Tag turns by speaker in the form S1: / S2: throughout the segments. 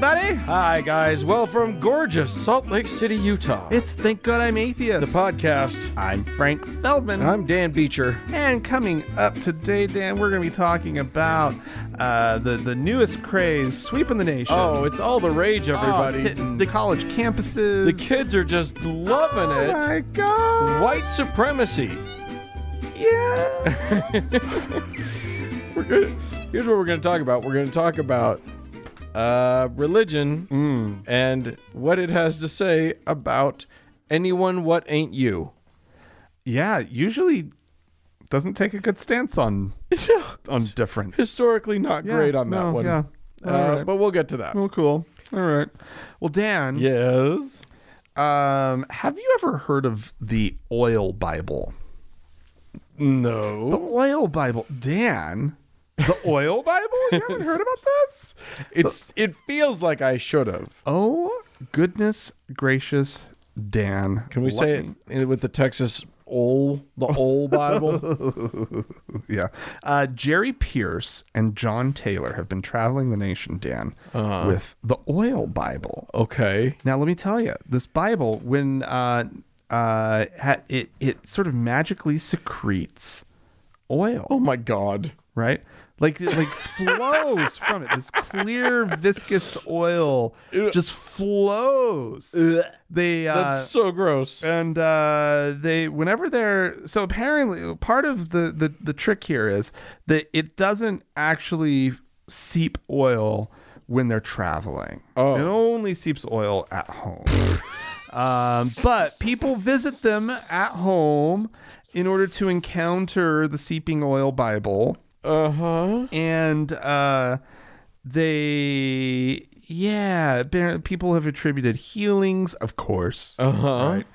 S1: Hi, guys. Well, from gorgeous Salt Lake City, Utah,
S2: It's Thank God I'm Atheist.
S1: the podcast.
S2: I'm Frank Feldman.
S1: I'm Dan Beecher.
S2: and coming up today, Dan, we're going to be talking about uh, the, the newest craze sweeping the nation.
S1: Oh, it's all the rage,
S2: Oh, it's
S1: everybody.
S2: hitting the college campuses.
S1: the kids are just loving
S2: oh
S1: it.
S2: my God.
S1: White supremacy.
S2: Yeah.
S1: We're good. Here's what we're going to talk about. We're going to talk about uh, religion Mm. and what it has to say about anyone what ain't you.
S2: yeah, usually doesn't take a good stance on, on difference.
S1: Historically, not
S2: Yeah,
S1: great on that
S2: no,
S1: one.
S2: yeah.
S1: Uh,
S2: All right.
S1: But we'll get to that.
S2: Well, cool. All right. Well, Dan,
S1: Yes.
S2: um, have you ever heard of the oil Bible? The
S1: No.
S2: oil Bible, Dan. The oil Bible? You haven't heard about this?
S1: It's it feels like I should have.
S2: Oh goodness gracious, Dan.
S1: Can we
S2: Let
S1: say
S2: me-
S1: it in- with the Texas old the old Bible?
S2: Yeah. Uh, Jerry Pierce and John Taylor have been traveling the nation, Dan,
S1: Uh-huh.
S2: with the oil Bible.
S1: okay.
S2: Now, let me tell you, this Bible, when uh, uh, ha- it it sort of magically secretes oil.
S1: Oh my God.
S2: right? Like it like flows from it. This clear viscous oil just flows. They uh,
S1: That's so gross.
S2: and uh, they whenever they're so apparently part of the, the the trick here is that it doesn't actually seep oil when they're traveling.
S1: Oh.
S2: It only seeps oil at home. um, but people visit them at home in order to encounter the seeping oil Bible
S1: Uh huh.
S2: and uh, they yeah bear- people have attributed healings of course
S1: Uh-huh.
S2: right?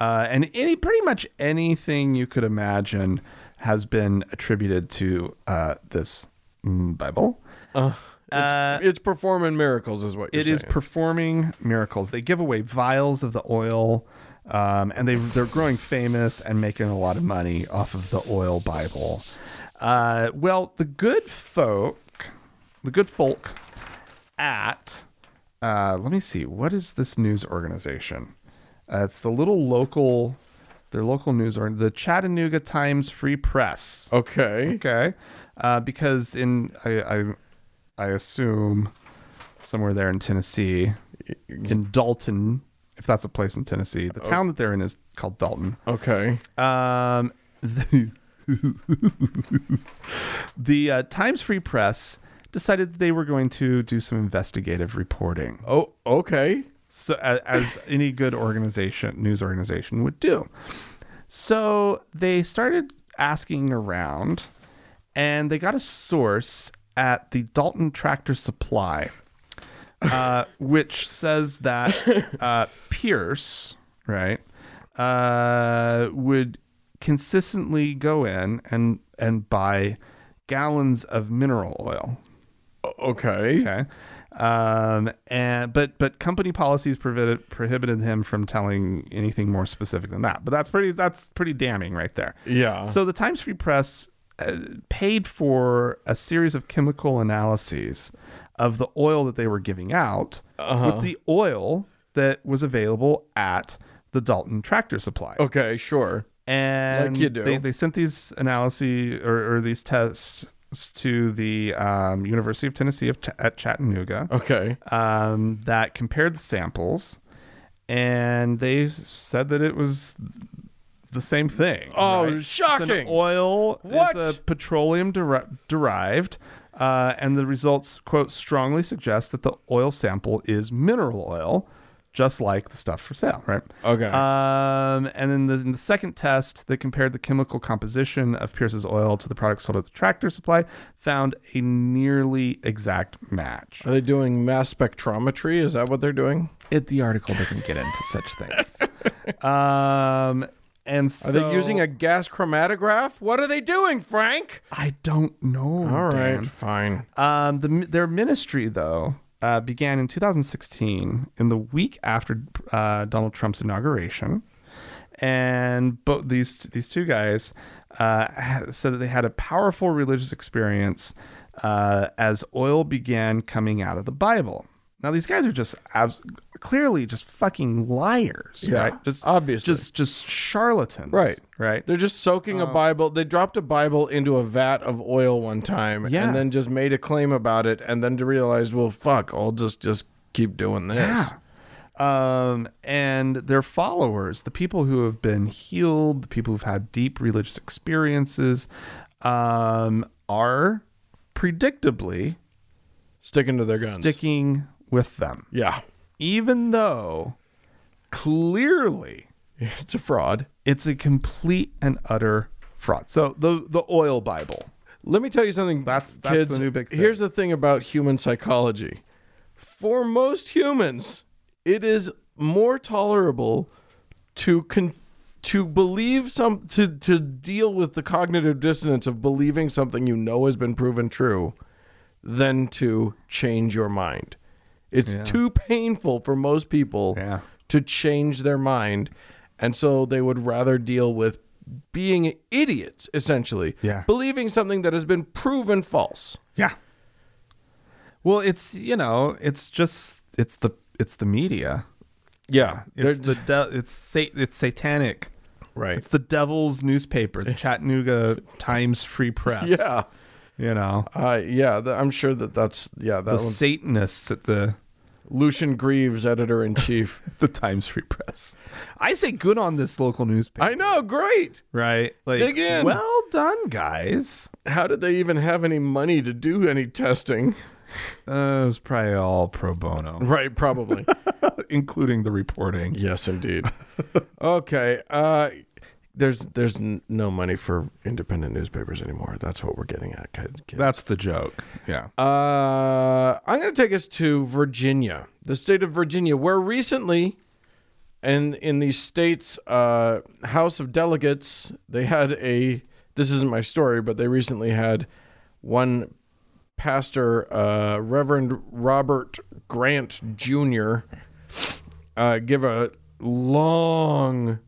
S2: uh, and any pretty much anything you could imagine has been attributed to uh, this mm, bible uh,
S1: It's performing miracles, is what you're
S2: it is
S1: saying.
S2: performing miracles they give away vials of the oil um, and they, they're growing famous and making a lot of money off of the oil bible uh, well the good folk the good folk at uh, let me see what is this news organization uh, it's the little local their local news or the chattanooga times free press
S1: okay.
S2: Okay. Uh, because in I, I I assume somewhere there in Tennessee, in Dalton, if that's a place in Tennessee, the town that they're in is called Dalton.
S1: Okay.
S2: Um, the the uh, Times Free Press decided that they were going to do some investigative reporting
S1: Oh, okay.
S2: so a- as any good organization news organization would do so they started asking around and they got a source at the dalton tractor supply uh, which says that uh, pierce right uh, would consistently go in and and buy gallons of mineral oil
S1: O- Okay.
S2: Okay. Um, and but but company policies prohibited prohibited him from telling anything more specific than that. But that's pretty that's pretty damning right there.
S1: Yeah.
S2: So the Times Free Press uh, paid for a series of chemical analyses of the oil that they were giving out
S1: Uh-huh.
S2: with the oil that was available at the Dalton Tractor Supply
S1: okay. Sure.
S2: and
S1: Oh, Like you do.
S2: They, they sent these analyses or, or these tests to the um, University of Tennessee of Ch- at Chattanooga
S1: Okay.
S2: um, that compared the samples, and they said that it was the same thing.
S1: Oh,
S2: right?
S1: shocking.
S2: It's an oil.
S1: What?
S2: It's a petroleum deri- derived. Uh, and the results, quote, strongly suggest that the oil sample is mineral oil, just like the stuff for sale, right?
S1: Okay.
S2: Um, and then the, in the second test that compared the chemical composition of Pierce's oil to the products sold at the tractor supply found a nearly exact match.
S1: Are they doing mass spectrometry? Is that what they're doing?
S2: It the article doesn't get into such things. Um, and so
S1: Are they using a gas chromatograph? What are they doing, Frank?
S2: I don't know.
S1: All right.
S2: Dan.
S1: Fine.
S2: Um, the their ministry though uh, began in 2016, in the week after uh, Donald Trump's inauguration, and both these these two guys uh, ha- said that they had a powerful religious experience uh, as oil began coming out of the Bible. Now these guys are just abs- clearly just fucking liars,
S1: Yeah,
S2: right? Just
S1: obviously.
S2: just just charlatans,
S1: Right.
S2: Right.
S1: They're just soaking a Bible. They dropped a Bible into a vat of oil one time
S2: Yeah.
S1: and then just made a claim about it and then realized, well, fuck, I'll just just keep doing this.
S2: Um, and their followers, the people who have been healed, the people who've had deep religious experiences, um, are predictably
S1: Sticking to their guns.
S2: sticking with them,
S1: yeah.
S2: even though clearly
S1: It's a fraud.
S2: it's a complete and utter fraud. So the the oil Bible,
S1: Let me tell you something.
S2: That's- that's
S1: kids.
S2: the new big thing.
S1: Here's the thing about human psychology. For most humans, it is more tolerable to con- to believe some to to deal with the cognitive dissonance of believing something you know has been proven true than to change your mind. It's too painful for most people
S2: Yeah.
S1: to change their mind, and so they would rather deal with being idiots essentially
S2: Yeah.
S1: believing something that has been proven false.
S2: yeah. Well, it's you know, it's just it's the it's the media.
S1: Yeah,
S2: It's the de- it's sa- it's satanic.
S1: right.
S2: It's the devil's newspaper, the Chattanooga Times Free Press.
S1: yeah,
S2: you know
S1: uh, yeah. th- I'm sure that that's yeah. That
S2: the
S1: one's
S2: Satanists at the
S1: Lucian Greaves, editor in chief.
S2: the Times Free Press. I say good on this local newspaper,
S1: I know. Great.
S2: right? Like,
S1: Dig in.
S2: Well done, guys.
S1: How did they even have any money to do any testing?
S2: Uh, it was probably all pro bono,
S1: Right. Probably.
S2: including the reporting.
S1: yes, indeed. Okay. Uh, there's there's n- no money for independent newspapers anymore. That's what we're getting at. kid- kid.
S2: That's the joke. Yeah.
S1: Uh, I'm going to take us to Virginia, the state of Virginia, where recently, and in the state's uh, House of Delegates, they had a. This isn't my story, but they recently had one pastor, uh, Reverend Robert Grant Jr., uh, give a long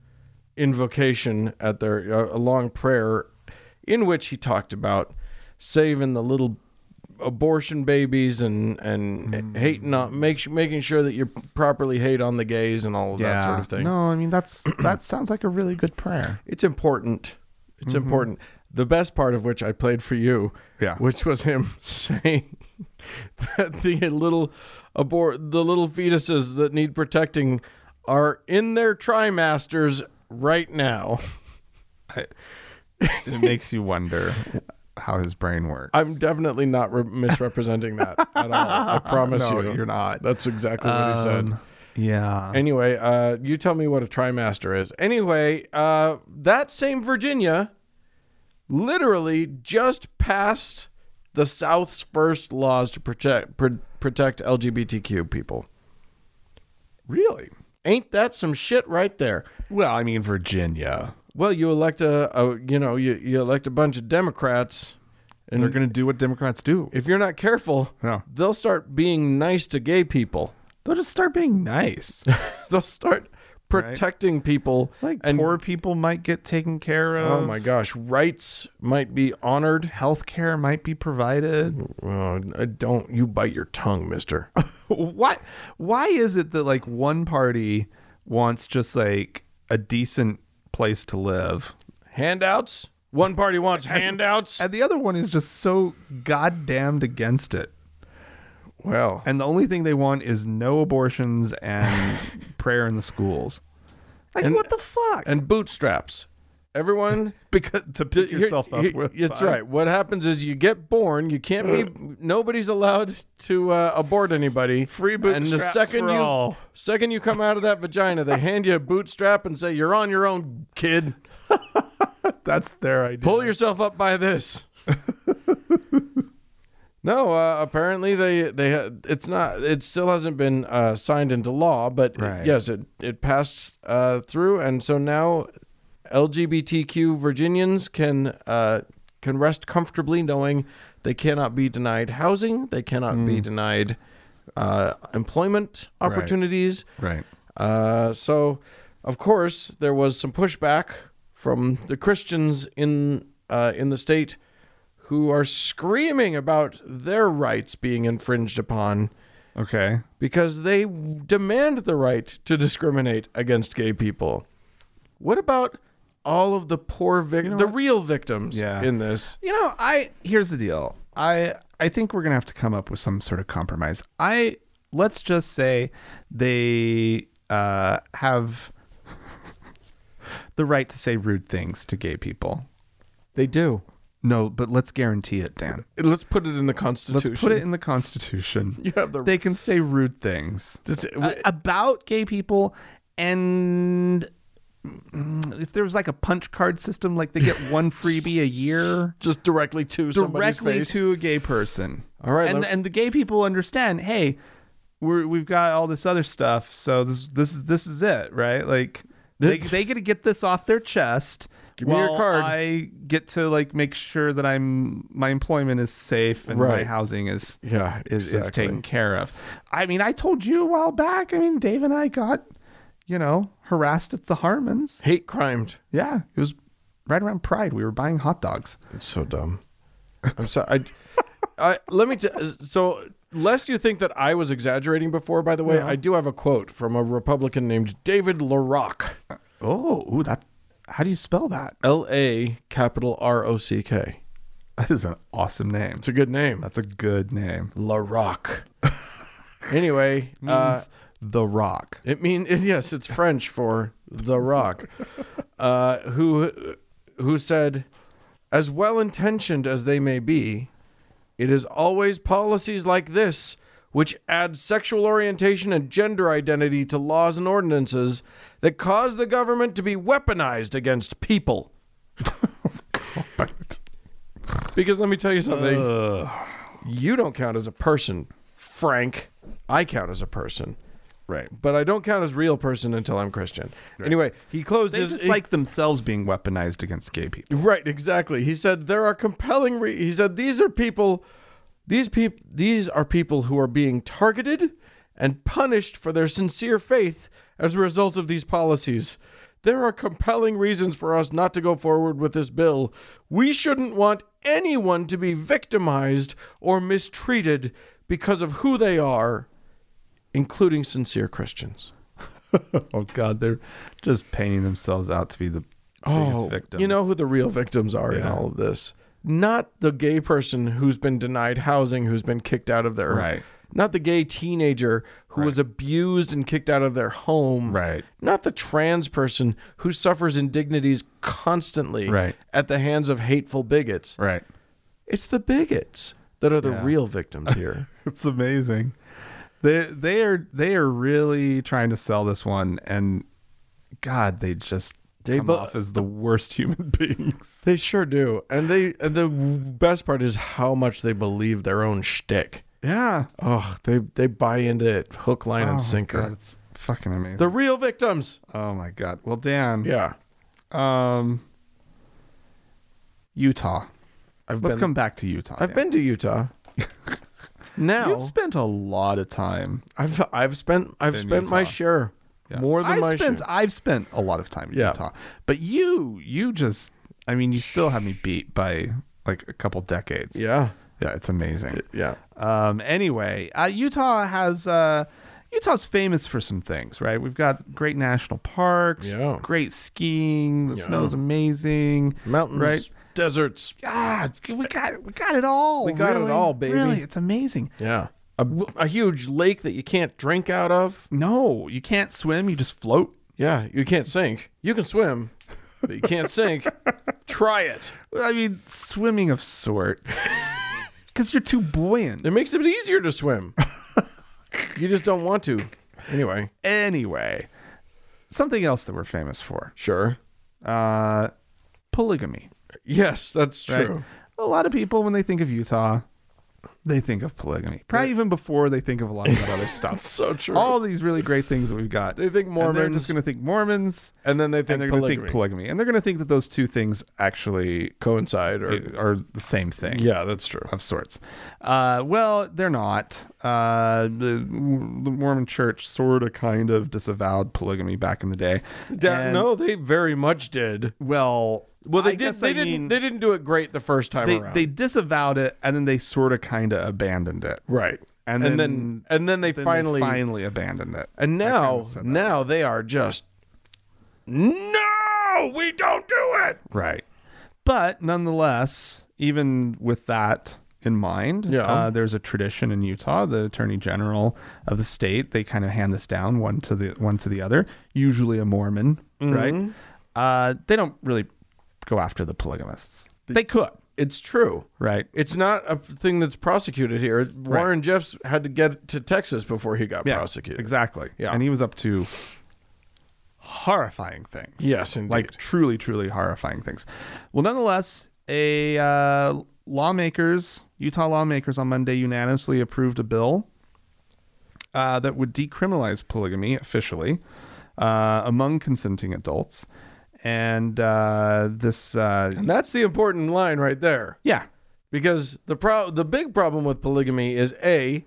S1: invocation at their uh, a long prayer in which he talked about saving the little abortion babies and and hating on make, making sure that you properly hate on the gays and all of that sort of thing.
S2: No, I mean that's that sounds like a really good prayer.
S1: It's important. It's important. The best part of which I played for you,
S2: Mm-hmm. Yeah.
S1: which was him saying that the little abort the little fetuses that need protecting are in their trimesters right now.
S2: It makes you wonder how his brain works.
S1: I'm definitely not re- misrepresenting that at all. I promise
S2: no,
S1: you.
S2: you're not.
S1: That's exactly what he said.
S2: Um, yeah.
S1: Anyway, uh, you tell me what a trimester is. Anyway, uh, that same Virginia literally just passed the South's first laws to protect pr- protect LGBTQ people.
S2: really?
S1: Ain't that some shit right there?
S2: Well, I mean Virginia.
S1: Well, you elect a, a you know you, you elect a bunch of Democrats, and
S2: They're going to do what Democrats do.
S1: if you're not careful,
S2: No.
S1: they'll start being nice to gay people.
S2: They'll just start being nice.
S1: They'll start protecting people
S2: Like
S1: and
S2: poor people might get taken care of.
S1: Oh my gosh, rights might be honored.
S2: Health care might be provided.
S1: Oh, I don't you bite your tongue, mister.
S2: Why why is it that like one party wants just like a decent place to live
S1: handouts? One party wants handouts.
S2: and the other one is just so goddamned against it?
S1: Well,
S2: And the only thing they want is no abortions and prayer in the schools. Like
S1: And-
S2: what the fuck?
S1: and bootstraps. Everyone
S2: because to pick
S1: Here-
S2: yourself up
S1: here-
S2: with.
S1: That's
S2: by-
S1: right. What happens is you get born, you can't be nobody's allowed to uh, abort anybody.
S2: Free
S1: And the
S2: bootstraps
S1: second
S2: for
S1: you
S2: all.
S1: second you come out of that vagina, they hand you a bootstrap and say you're on your own, kid.
S2: That's their idea.
S1: Pull yourself up by this. no, uh, apparently they they ha- it's not it still hasn't been uh, signed into law, but it-
S2: Right.
S1: yes, it it passed uh, through, and so now LGBTQ Virginians can uh, can rest comfortably knowing they cannot be denied housing, they cannot be denied uh, employment opportunities.
S2: right.
S1: Uh, so, of course, there was some pushback from the Christians in uh, in the state who are screaming about their rights being infringed upon
S2: Okay.
S1: because they demand the right to discriminate against gay people. What about all of the poor victims, the real victims
S2: Yeah.
S1: in this?
S2: You know, I here's the deal. I I think we're gonna have to come up with some sort of compromise. I let's just say they uh, have the right to say rude things to gay people.
S1: They do.
S2: No, but let's guarantee it, Dan.
S1: Let's put it in the
S2: Let's
S1: Constitution.
S2: put it in the Constitution.
S1: You have the
S2: They can say rude things
S1: That's-
S2: uh, about gay people, and mm, if there was like a punch card system, like they get one freebie a year.
S1: just directly to somebody's
S2: directly
S1: face.
S2: to a gay person.
S1: All right,
S2: and
S1: let-
S2: and the gay people understand. Hey, we're we've got all this other stuff, so this this is this is it, right? Like they
S1: That's-
S2: they get to get this off their chest.
S1: Give me your
S2: while
S1: card.
S2: I get to like make sure that I'm my employment is safe and my
S1: Right.
S2: housing is
S1: Yeah,
S2: is, is
S1: exactly.
S2: taken care of. I mean, I told you a while back. I mean, Dave and I got you know harassed at the Harmons.
S1: hate crimed.
S2: Yeah, it was right around Pride. We were buying hot dogs.
S1: It's so dumb. I'm sorry. I, I let me. T- so, lest you think that I was exaggerating before, by the way, I do have a quote from a Republican named David LaRocque.
S2: Oh, ooh, that. How do you spell that?
S1: L A capital R O C K.
S2: That is an awesome name.
S1: It's a good name.
S2: That's a good name.
S1: LaRocque. anyway, uh,
S2: Means the Rock.
S1: It mean it- yes, it's French for the rock. Uh, who who said, as well intentioned as they may be, it is always policies like this which add sexual orientation and gender identity to laws and ordinances that cause the government to be weaponized against people. Because let me tell you something. You don't count as a person, Frank. I count as a person
S2: Right.
S1: but I don't count as real person until I'm Christian. Anyway, he closed
S2: They
S1: his
S2: just
S1: he-
S2: like themselves being weaponized against gay people.
S1: right exactly. He said there are compelling. Re- he said these are people, these people, these are people who are being targeted and punished for their sincere faith as a result of these policies. There are compelling reasons for us not to go forward with this bill. We shouldn't want anyone to be victimized or mistreated because of who they are, including sincere Christians.
S2: Oh God, they're just painting themselves out to be the biggest victims.
S1: Oh, You know who the real victims are in
S2: Yeah.
S1: all of this? Not the gay person who's been denied housing, who's been kicked out of their
S2: Right.
S1: Not the gay teenager who was abused and kicked out of their home.
S2: Right.
S1: Not the trans person who suffers indignities constantly
S2: Right.
S1: at the hands of hateful bigots.
S2: Right.
S1: It's the bigots that are the
S2: Yeah.
S1: real victims here.
S2: It's amazing. They they are they are really trying to sell this one, and God, they just
S1: They
S2: come
S1: bu-
S2: off as the worst human beings.
S1: they sure do. And they and the best part is how much they believe their own shtick.
S2: Yeah.
S1: Oh, they they buy into it hook, line,
S2: Oh,
S1: and sinker.
S2: God, it's fucking amazing.
S1: The real victims.
S2: oh my God. Well, Dan.
S1: Yeah.
S2: Um, Utah.
S1: I've
S2: Let's
S1: been,
S2: come back to Utah.
S1: I've been to Utah. now
S2: You've spent a lot of time.
S1: I've I've spent I've
S2: in
S1: spent my
S2: Utah.
S1: share. More than
S2: I've
S1: my
S2: spent.
S1: share.
S2: I've spent a lot of time in
S1: Yeah.
S2: Utah, but you, you just. I mean, you still have me beat by like a couple decades.
S1: Yeah.
S2: yeah, it's amazing.
S1: Yeah.
S2: Um, anyway, uh, Utah has uh, Utah's famous for some things, right? We've got great national parks,
S1: Yeah.
S2: great skiing. The
S1: Yeah.
S2: snow's amazing.
S1: Mountains,
S2: right?
S1: deserts.
S2: Ah, we got we got it all. We
S1: got it all, baby.
S2: Really, it's amazing.
S1: Yeah. A, a huge lake that you can't drink out of.
S2: No, you can't swim. You just float.
S1: Yeah, you can't sink. You can swim, but you can't sink. Try it.
S2: I mean, swimming of sort. Because you're too buoyant.
S1: It makes it easier to swim. you just don't want to. Anyway,
S2: Anyway, something else that we're famous for
S1: sure.
S2: uh, polygamy.
S1: Yes, that's
S2: right?
S1: true.
S2: A lot of people, when they think of Utah, they think of polygamy. Probably even before they think of a lot of that other stuff.
S1: So true.
S2: All these really great things that we've got.
S1: They think
S2: And they're
S1: Mormons.
S2: just going to think Mormons.
S1: and then they think
S2: And they're going to
S1: polygamy
S2: think polygamy. And they're going to think that those two things actually
S1: coincide or
S2: are the same thing.
S1: yeah, that's true.
S2: of sorts. Uh, well, they're not. Uh, the, the Mormon Church sort of kind of disavowed polygamy back in the day.
S1: Da-
S2: And-
S1: no, they very much did.
S2: Well,
S1: Well, they
S2: I
S1: did.
S2: guess
S1: They
S2: I
S1: didn't.
S2: mean,
S1: they didn't do it great the first time
S2: they,
S1: around.
S2: they disavowed it and then they sort of kind of abandoned it.
S1: right.
S2: And,
S1: and then and then they
S2: then they
S1: finally
S2: finally abandoned it.
S1: and now
S2: said that.
S1: now they are just no, we don't do it.
S2: Right. But nonetheless, even with that in mind,
S1: Yeah.
S2: uh, there's a tradition in Utah. The attorney general of the state they kind of hand this down one to the one to the other. Usually a Mormon,
S1: Mm-hmm.
S2: right? Uh, they don't really go after the polygamists. they could,
S1: It's true.
S2: right?
S1: It's not a thing that's prosecuted here. Warren Jeffs had to get to Texas before he got prosecuted.
S2: exactly.
S1: Yeah.
S2: and he was up to horrifying things.
S1: Yes, indeed.
S2: like truly truly horrifying things well nonetheless a uh, lawmakers utah lawmakers on monday unanimously approved a bill uh, that would decriminalize polygamy officially uh, among consenting adults and uh, this uh,
S1: and that's the important line right there.
S2: yeah
S1: because the pro- the big problem with polygamy is a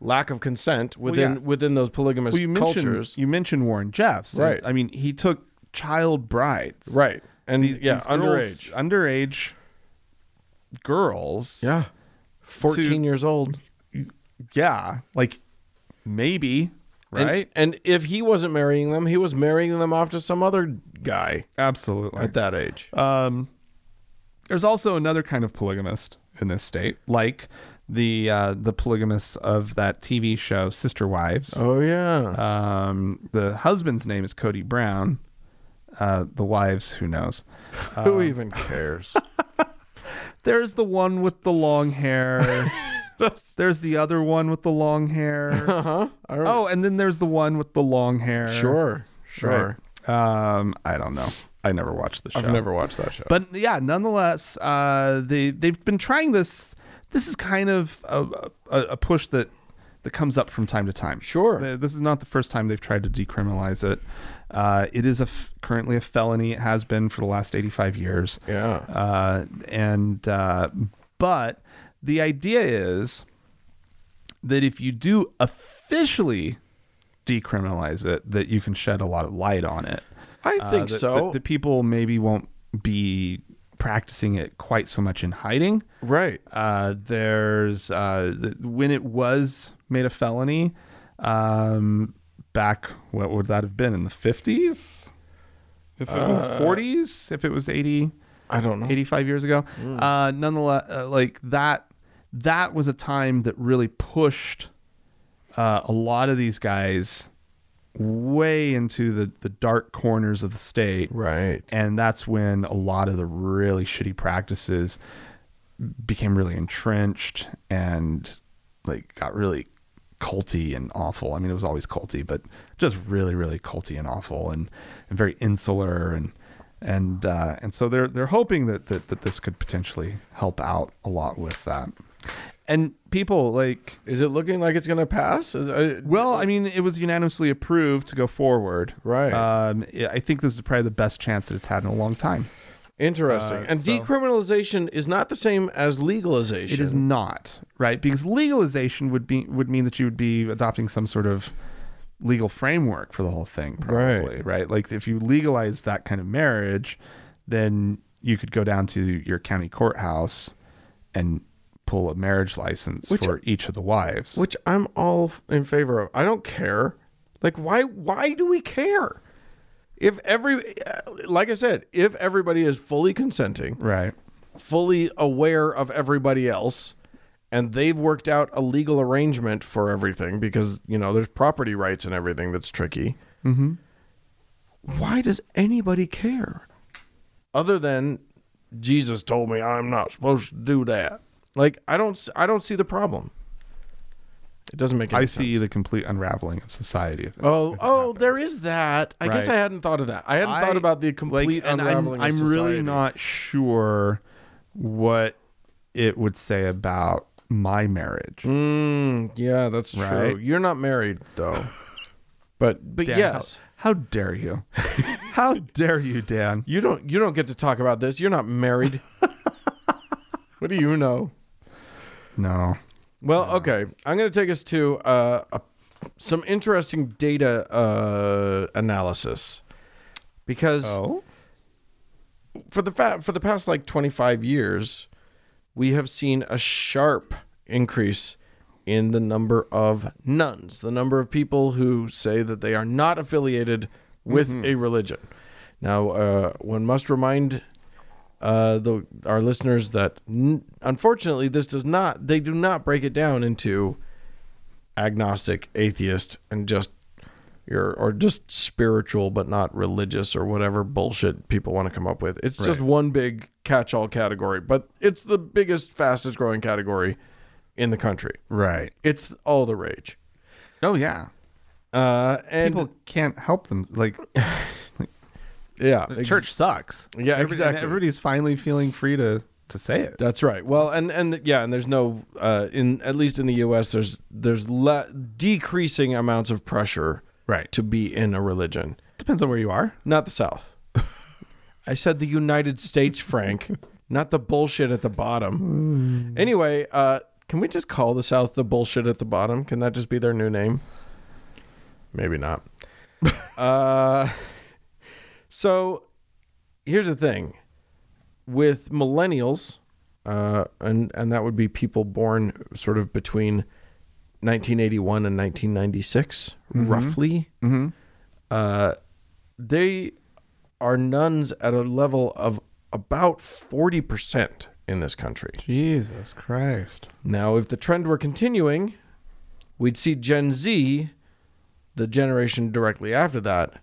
S1: lack of consent within
S2: yeah.
S1: within those polygamous
S2: well, you mentioned
S1: cultures,
S2: you mentioned warren jeffs and,
S1: Right.
S2: i mean he took child brides
S1: right? And
S2: these,
S1: yeah,
S2: these girls-
S1: underage,
S2: underage girls
S1: yeah, fourteen years old,
S2: yeah, like maybe,
S1: And-
S2: right?
S1: And, if he wasn't marrying them, he was marrying them off to some other guy
S2: Absolutely.
S1: at that age.
S2: Um, there's also another kind of polygamist in this state, like the uh, the polygamists of that TV show Sister Wives.
S1: oh yeah,
S2: Um, the husband's name is Cody Brown. Uh, the wives, who knows? uh-uh.
S1: who even cares?
S2: There's the one with the long hair. there's the other one with the long hair.
S1: huh? I don't-
S2: oh, and then there's the one with the long hair.
S1: sure, sure.
S2: Right. Um, I don't know. I never watched the show.
S1: I've never watched that show.
S2: But yeah, nonetheless, uh, they they've been trying this. This is kind of a, a, a push that that comes up from time to time.
S1: Sure.
S2: Th- this is not the first time they've tried to decriminalize it. Uh, it is a f- currently a felony. It has been for the last eighty five years.
S1: yeah,
S2: Uh, and uh, but the idea is that if you do officially decriminalize it, that you can shed a lot of light on it.
S1: I
S2: Uh,
S1: think
S2: that-
S1: so.
S2: that The people maybe won't be practicing it quite so much in hiding.
S1: right.
S2: Uh, there's uh, th- when it was made a felony um, back. What would that have been in the 50s? If it was
S1: Uh,
S2: 40s, if it was 80,
S1: I don't know.
S2: 85 years ago. Uh, nonetheless, uh, like that, that was a time that really pushed uh, a lot of these guys way into the, the dark corners of the state.
S1: Right.
S2: And that's when a lot of the really shitty practices became really entrenched and like got really culty and awful. I mean, it was always culty, but just really, really culty and awful and, and very insular and and uh, and so they're they're hoping that, that that this could potentially help out a lot with that. And people like
S1: Is it looking like it's going to pass? Is, uh,
S2: well, I mean, it was unanimously approved to go forward.
S1: Right.
S2: Um, I- I think this is probably the best chance that it's had in a long time.
S1: Interesting.
S2: Uh,
S1: and
S2: so-
S1: decriminalization is not the same as legalization.
S2: It is not right because legalization would be would mean that you would be adopting some sort of legal framework for the whole thing, probably. Right. Like if you legalize that kind of marriage, then you could go down to your county courthouse and pull a marriage license
S1: Which-
S2: for each of the wives.
S1: which I'm all f- in favor of. I don't care. Like why why do we care? If every uh, like I said, if everybody is fully consenting,
S2: right.
S1: fully aware of everybody else, and they've worked out a legal arrangement for everything because, you know, there's property rights and everything that's tricky.
S2: Mhm.
S1: Why does anybody care? Other than Jesus told me I'm not supposed to do that. Like I don't s- I don't see the problem. It doesn't make any
S2: I
S1: sense.
S2: see the complete unraveling of society. if-
S1: Oh, oh, there is that. I guess
S2: Right.
S1: I hadn't thought of that. I hadn't
S2: I-
S1: thought about the
S2: like,
S1: complete
S2: and
S1: unraveling.
S2: I'm,
S1: of
S2: I'm really
S1: society.
S2: not sure what it would say about my marriage.
S1: Mm, yeah, that's true.
S2: Right?
S1: You're not married though. but but
S2: Dan,
S1: yes,
S2: How, how dare you? how dare you, Dan?
S1: you don't you don't get to talk about this. You're not married. what do you know?
S2: No.
S1: Well, okay. I'm going to take us to uh, a, some interesting data uh, analysis because
S2: Oh.
S1: for the fa- for the past like 25 years, we have seen a sharp increase in the number of nuns, the number of people who say that they are not affiliated with a religion. Now, uh, one must remind uh, the, our listeners that n- unfortunately, this does not, they do not break it down into agnostic, atheist, and just your or just spiritual but not religious or whatever bullshit people want to come up with. It's just one big catch-all category, but it's the biggest, fastest growing category in the country.
S2: Right.
S1: It's all the rage.
S2: Oh yeah.
S1: Uh, and
S2: People can't help them. Like
S1: yeah,
S2: the
S1: ex-
S2: church sucks.
S1: Yeah,
S2: Every- and
S1: exactly.
S2: Everybody's finally feeling free to to say it.
S1: That's right. Well, and and yeah, and there's no uh, in at least in the U.S. There's there's le- decreasing amounts of pressure
S2: Right.
S1: to be in a religion.
S2: Depends on where you are.
S1: Not the South. I said the United States, Frank, not the bullshit at the bottom. Anyway, uh, can we just call the South the bullshit at the bottom? Can that just be their new name? Maybe not. uh, so here's the thing with millennials, uh, and, and that would be people born sort of between 1981 and 1996, roughly
S2: Mm-hmm.
S1: uh, they are nuns at a level of about 40% in this country.
S2: Jesus Christ.
S1: Now, if the trend were continuing, we'd see Gen Z, the generation directly after that,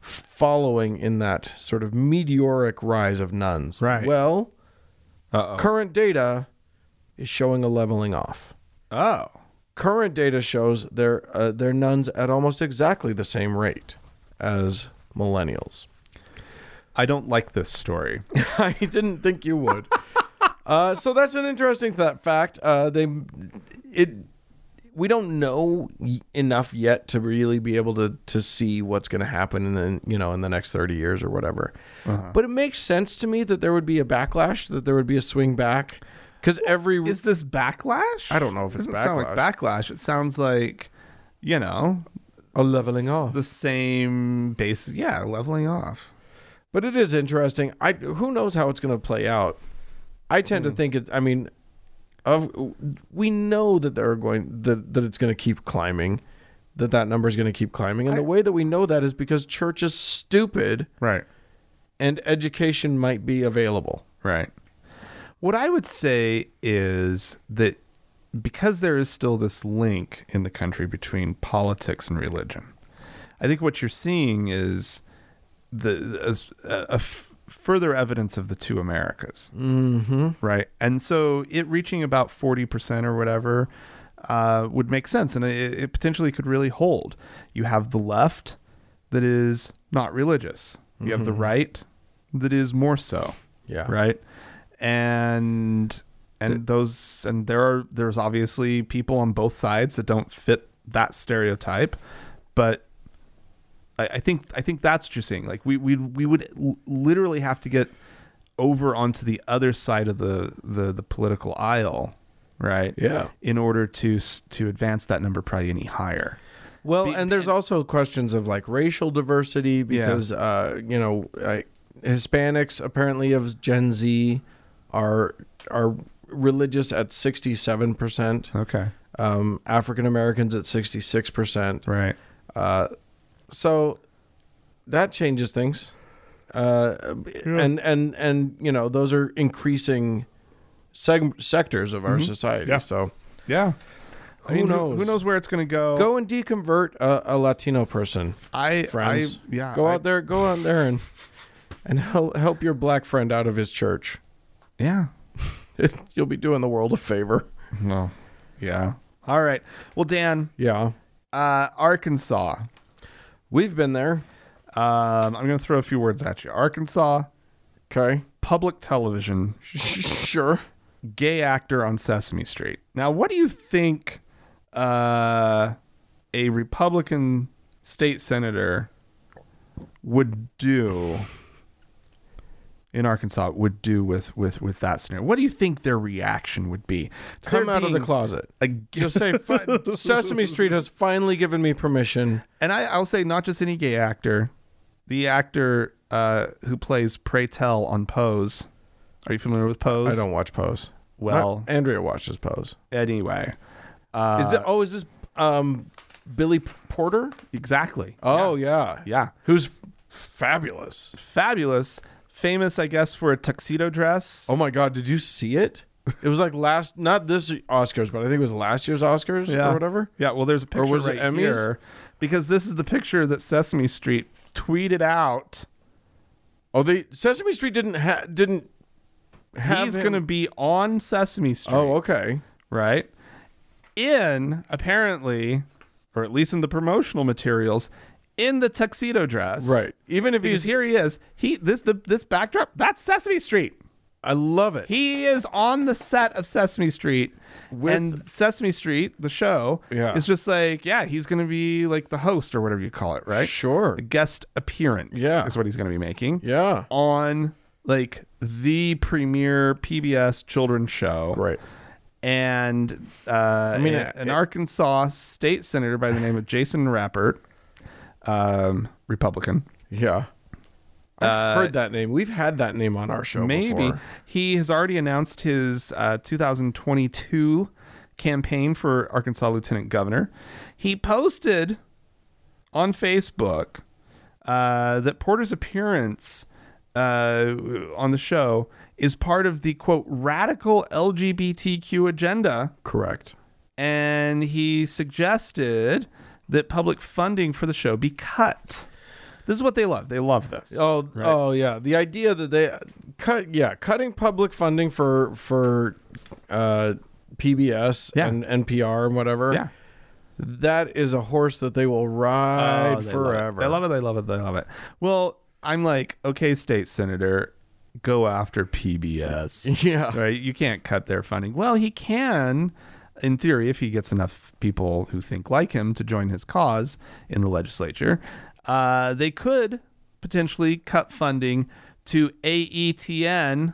S1: following in that sort of meteoric rise of nuns.
S2: Right.
S1: Well,
S2: Uh
S1: current data is showing a leveling off.
S2: oh. Oh.
S1: Current data shows they're, uh, they're nuns at almost exactly the same rate as millennials.
S2: I don't like this story.
S1: I didn't think you would. uh, so that's an interesting th- fact. Uh, they, it, we don't know y- enough yet to really be able to to see what's going to happen in the you know in the next thirty years or whatever.
S2: Uh-huh.
S1: But it makes sense to me that there would be a backlash, that there would be a swing back, because every
S2: Is this backlash?
S1: I don't know if it's
S2: Doesn't sound like backlash. It sounds like, you know,
S1: a leveling off.
S2: the same base. Yeah, leveling off.
S1: But it is interesting. I who knows how it's going to play out. I tend to think it. I mean, of we know that they're going that that it's going to keep climbing, that that number is going to keep climbing, and the way that we know that is because church is stupid
S2: Right.
S1: and education might be available.
S2: Right. What I would say is that because there is still this link in the country between politics and religion, I think what you're seeing is the as- uh, a, a f- further evidence of the two Americas. Mm-hmm. Right. And so it reaching about 40% or whatever uh, would make sense. And it, it potentially could really hold. You have the left that is not religious, you have the right that is more so
S1: Yeah.
S2: right and and those and there are there's obviously people on both sides that don't fit that stereotype but i, I think i think that's what you're seeing like we we, we would l- literally have to get over onto the other side of the the, the political aisle right
S1: Yeah.
S2: in order to s- to advance that number probably any higher
S1: Well, and there's also questions of like racial diversity because uh, you know I, Hispanics apparently of Gen Z are are religious at sixty seven percent.
S2: okay
S1: um, African Americans at 66%.
S2: right
S1: So that changes things. Uh, and, and, and, you know, those are increasing seg- sectors of our society.
S2: Mm-hmm. Yeah.
S1: So
S2: yeah
S1: Who
S2: I mean,
S1: knows?
S2: who, knows where it's going to go
S1: go and deconvert a, a Latino person,
S2: i
S1: friends.
S2: I, yeah
S1: Go
S2: I-
S1: out there, go out there and, and help, help your black friend out of his church.
S2: yeah
S1: You'll be doing the world a favor.
S2: No. Yeah. All right. Well, Dan,
S1: Yeah.
S2: uh, Arkansas.
S1: We've been there.
S2: Um, I'm going to throw a few words at you. Arkansas,
S1: Okay.
S2: public television,
S1: sure.
S2: gay actor on Sesame Street. Now, what do you think uh, a Republican state senator would do in Arkansas? Would do with with with that scenario? What do you think their reaction would be? To
S1: Come
S2: there
S1: out of the
S2: being
S1: closet.
S2: a gay-
S1: Just say fi- Sesame Street has finally given me permission.
S2: and I, I'll say not just any gay actor, the actor uh, who plays Pray Tell on Pose. Are you familiar with Pose?
S1: I don't watch Pose.
S2: Well-
S1: Not- Andrea watches Pose.
S2: Anyway, uh,
S1: is it, oh, is this um, Billy P- Porter?
S2: Exactly.
S1: Oh yeah.
S2: Yeah.
S1: Who's f- fabulous?
S2: Fabulous. Famous, I guess, for a tuxedo dress.
S1: Oh my god, did you see it? It was like last, not this Oscars, but I think it was last year's Oscars or whatever.
S2: Yeah, well, there's a picture
S1: was
S2: right
S1: it Emmys?
S2: here because this is the picture that Sesame Street tweeted out.
S1: Oh, they Sesame Street didn't ha- didn't have
S2: He's
S1: him-
S2: going to be on Sesame Street,
S1: Oh, okay.
S2: right? In apparently, or at least in the promotional materials, in the tuxedo dress,
S1: Right. Even if
S2: Because
S1: he's
S2: here he is. He this the this backdrop that's Sesame Street.
S1: I love it.
S2: He is on the set of Sesame Street.
S1: With-
S2: and Sesame Street, the show,
S1: Yeah.
S2: is just like, yeah, he's going to be like the host or whatever you call it, right?
S1: Sure.
S2: A guest appearance
S1: Yeah.
S2: is what he's going to be making
S1: Yeah.
S2: on like the premier PBS children's show.
S1: Great.
S2: And uh, I mean,
S1: mean, it-
S2: an
S1: it-
S2: Arkansas state senator by the name of Jason Rappert, um, Republican.
S1: Yeah. I've heard that name. We've had that name on our show.
S2: Maybe
S1: Oh, before.
S2: he has already announced his uh, 2022 campaign for Arkansas lieutenant governor. He posted on Facebook uh, that Porter's appearance uh, on the show is part of the quote radical LGBTQ agenda,
S1: Correct.
S2: and he suggested that public funding for the show be cut. This is what they love. They love this.
S1: Oh, oh yeah. The idea that they cut, yeah, cutting public funding for for uh, PBS
S2: Yeah.
S1: and NPR and whatever.
S2: Yeah.
S1: That is a horse that they will ride
S2: Oh, they love it.
S1: forever.
S2: They love it. They love it. They love it. Well, I'm like, okay, state senator, go after PBS.
S1: Yeah.
S2: right? You can't cut their funding. Well, he can, in theory, if he gets enough people who think like him to join his cause in the legislature. Uh, they could potentially cut funding to AETN,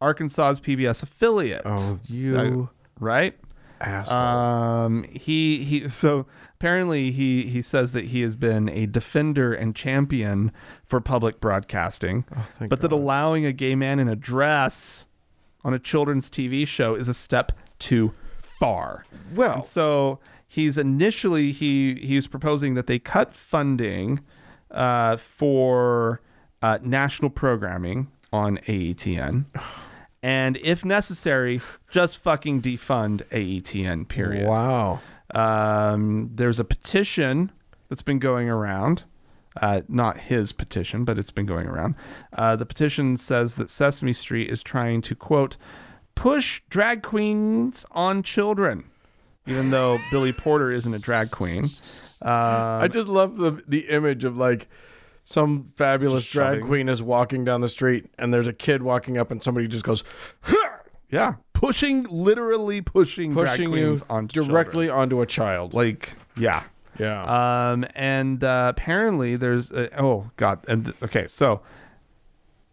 S2: Arkansas's PBS affiliate.
S1: Oh,
S2: I-
S1: you
S2: right?
S1: asshole.
S2: Um, he he. So apparently, he he says that he has been a defender and champion for public broadcasting,
S1: Oh, thank
S2: but that allowing a gay man in a dress on a children's TV show is a step too far.
S1: Well-
S2: And so he's initially he he's proposing that they cut funding uh, for uh, national programming on AETN. And if necessary, just fucking defund AETN, period.
S1: wow.
S2: Um, there's a petition that's been going around. Uh, not his petition, but it's been going around. Uh, the petition says that Sesame Street is trying to, quote, push drag queens on children, even though Billy Porter isn't a drag queen. Uh,
S1: I just love the the image of like some fabulous
S2: Just
S1: drag
S2: shoving.
S1: queen is walking down the street and there's a kid walking up and somebody just goes "Huh!"
S2: yeah. Pushing, literally pushing,
S1: pushing
S2: drag
S1: you
S2: queens on
S1: directly onto a child.
S2: Like, yeah.
S1: yeah.
S2: Um, and uh, apparently there's a, oh god, and th- okay, so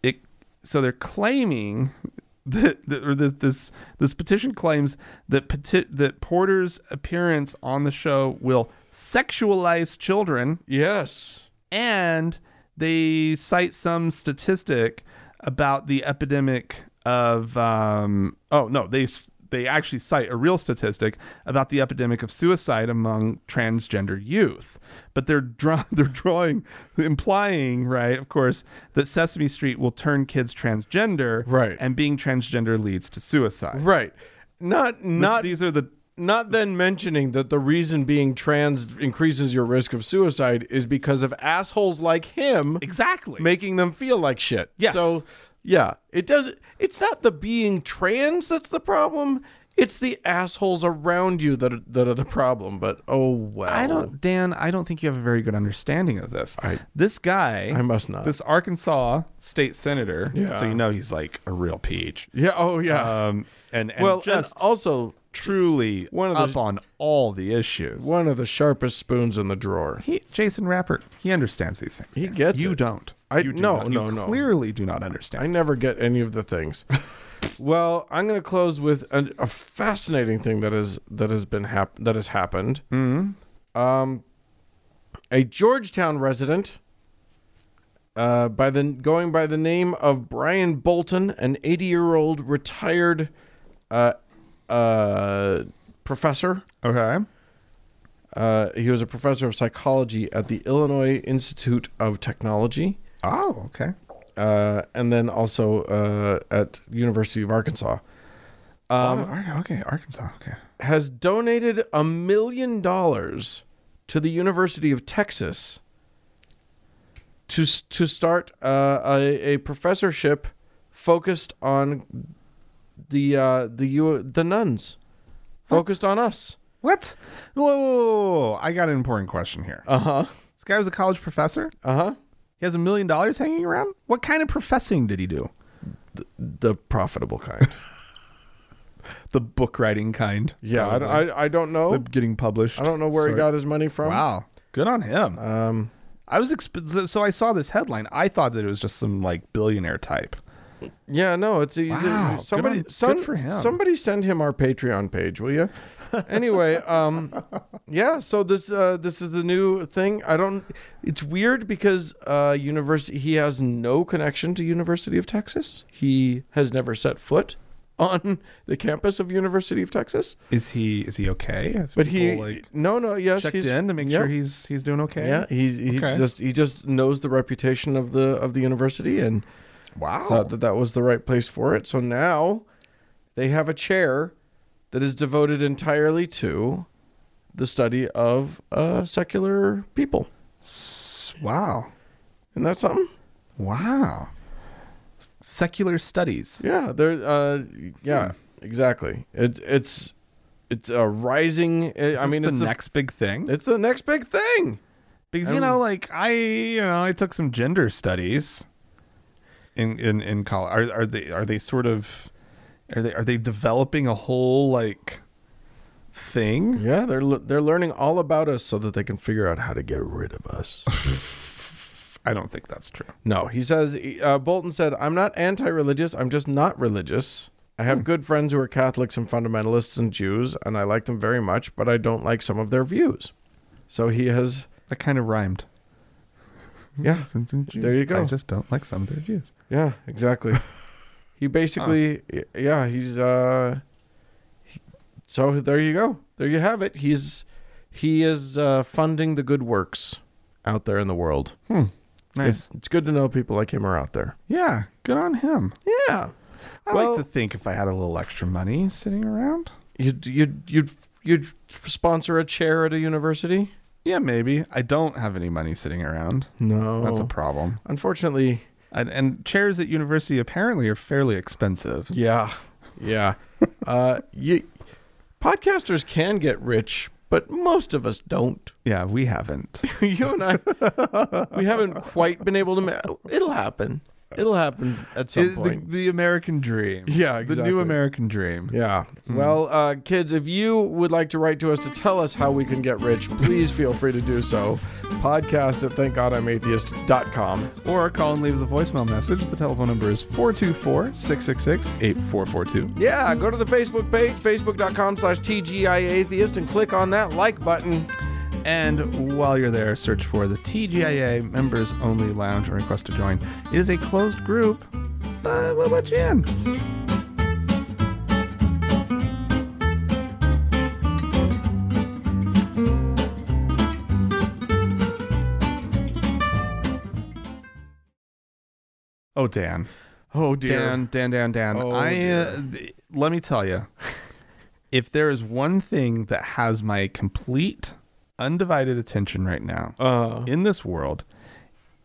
S2: it so they're claiming that, that or this this this petition claims that peti- that Porter's appearance on the show will sexualize children,
S1: yes.
S2: and they cite some statistic about the epidemic of um, oh no they. s- They actually cite a real statistic about the epidemic of suicide among transgender youth, but they're draw- they're drawing, implying, right, of course, that Sesame Street will turn kids transgender,
S1: Right.
S2: and being transgender leads to suicide.
S1: Right. Not not
S2: these are the
S1: not then mentioning that the reason being trans increases your risk of suicide is because of assholes like him
S2: exactly
S1: making them feel like shit.
S2: Yes.
S1: So yeah, it does it's not the being trans that's the problem. It's the assholes around you that are, that are the problem, but oh well.
S2: I don't, Dan. I don't think you have a very good understanding of this.
S1: I-
S2: this guy,
S1: I must not.
S2: This Arkansas state senator.
S1: Yeah.
S2: So you know he's like a real peach.
S1: Yeah, oh yeah.
S2: Um, and, and
S1: well,
S2: just
S1: and also
S2: truly
S1: one of the-
S2: up on all the issues.
S1: one of the sharpest spoons in the drawer.
S2: He, Jason Rappert, he understands these things.
S1: He
S2: Dan.
S1: gets
S2: you
S1: it.
S2: don't.
S1: I-
S2: you do
S1: no,
S2: not.
S1: no,
S2: you
S1: no.
S2: Clearly, do not
S1: I
S2: understand.
S1: never get any of the things. well, I'm going to close with a, a fascinating thing that is that has been hap- that has happened. Um, a Georgetown resident, uh, by the going by the name of Brian Bolton, an 80 year old retired uh, uh, professor.
S2: Okay.
S1: Uh, he was a professor of psychology at the Illinois Institute of Technology,
S2: Oh, okay.
S1: uh, and then also uh, at University of Arkansas. Um,
S2: Oh, Ar- okay, Arkansas. Okay.
S1: Has donated a million dollars to the University of Texas to s- to start uh, a, a professorship focused on the uh, the U- the nuns, focused on us.
S2: What? Whoa, whoa, whoa, whoa. I got an important question here.
S1: Uh huh.
S2: This guy was a college professor.
S1: Uh huh.
S2: He has a million dollars hanging around. What kind of professing did he do?
S1: The profitable kind.
S2: The book writing kind.
S1: Yeah, I,
S2: probably.
S1: I, I don't know.
S2: The getting published.
S1: I don't know where
S2: sort.
S1: he got his money from.
S2: Wow, good on him.
S1: Um,
S2: I was exp- so I saw this headline. I thought that it was just some like billionaire type.
S1: yeah, no, it's easy.
S2: Wow, good
S1: somebody,
S2: on- good
S1: some-
S2: for him.
S1: somebody send him our Patreon page, will you? anyway, um, yeah. So this uh, this is the new thing. I don't. It's weird because uh, university. He has no connection to University of Texas. He has never set foot on the campus of University of Texas.
S2: Is he is he okay? Have
S1: But
S2: people,
S1: he
S2: like
S1: no no yes
S2: checked
S1: he's,
S2: in to make
S1: yeah.
S2: sure he's he's doing okay.
S1: Yeah, he's he
S2: Okay.
S1: just he just knows the reputation of the of the university and
S2: Wow.
S1: thought that that was the right place for it. So now they have a chair that is devoted entirely to the study of uh, secular people,
S2: S- wow.
S1: and that's something.
S2: Wow. Secular studies.
S1: Yeah, there. Uh, yeah,
S2: Hmm.
S1: exactly. It, it's it's a rising. uh,
S2: Is
S1: I
S2: this
S1: mean,
S2: the
S1: it's the,
S2: next big thing.
S1: it's the next big thing.
S2: because you know, like I, you know, I took some gender studies in in in college. Are are they are they sort of are they are they developing a whole like thing?
S1: Yeah, they're le- they're learning all about us so that they can figure out how to get rid of us.
S2: I don't think that's true.
S1: No, he says, uh, Bolton said, I'm not anti religious. I'm just not religious. I
S2: Hmm.
S1: have good friends who are Catholics and fundamentalists and Jews, and I like them very much, but I don't like some of their views. So he has,
S2: That kind of rhymed.
S1: yeah,
S2: Since in Jews,
S1: There you
S2: I
S1: go.
S2: just don't like some of their Jews.
S1: yeah, exactly. he basically, yeah, he's, uh, he- so there you go. There you have it. He's, he is uh, funding the good works out there in the world.
S2: Hmm. Nice.
S1: It's, it's good to know people like him are out there.
S2: Yeah. Good on him.
S1: Yeah.
S2: I
S1: Well-
S2: like to think if I had a little extra money sitting around.
S1: You'd you'd you'd you'd sponsor a chair at a university?
S2: Yeah, maybe. I don't have any money sitting around.
S1: No,
S2: That's a problem.
S1: unfortunately.
S2: And, and chairs at university apparently are fairly expensive.
S1: Yeah, yeah. uh, you, podcasters can get rich, but most of us don't.
S2: Yeah, we haven't.
S1: you and I, we haven't quite been able to. Ma- It'll happen. It'll happen at some
S2: It- the,
S1: point.
S2: the American dream.
S1: Yeah,
S2: The
S1: exactly.
S2: new American dream.
S1: yeah. Well, uh, kids, if you would like to write to us to tell us how we can get rich, please feel free to do so. Podcast at thankgodimatheist.com.
S2: Or call and leave us a voicemail message. The telephone number is 424 666 8442.
S1: Yeah, go to the Facebook page, facebook.com slash TGIAtheist, and click on that like button.
S2: And while you're there, search for the TGIA Members Only Lounge and request to join. It is a closed group, but we'll let you in. Oh, Dan.
S1: Oh, dear.
S2: Dan, Dan, Dan, Dan.
S1: Oh,
S2: I uh,
S1: dear.
S2: th- let me tell you, if there is one thing that has my complete, undivided attention right now
S1: Uh,
S2: in this world,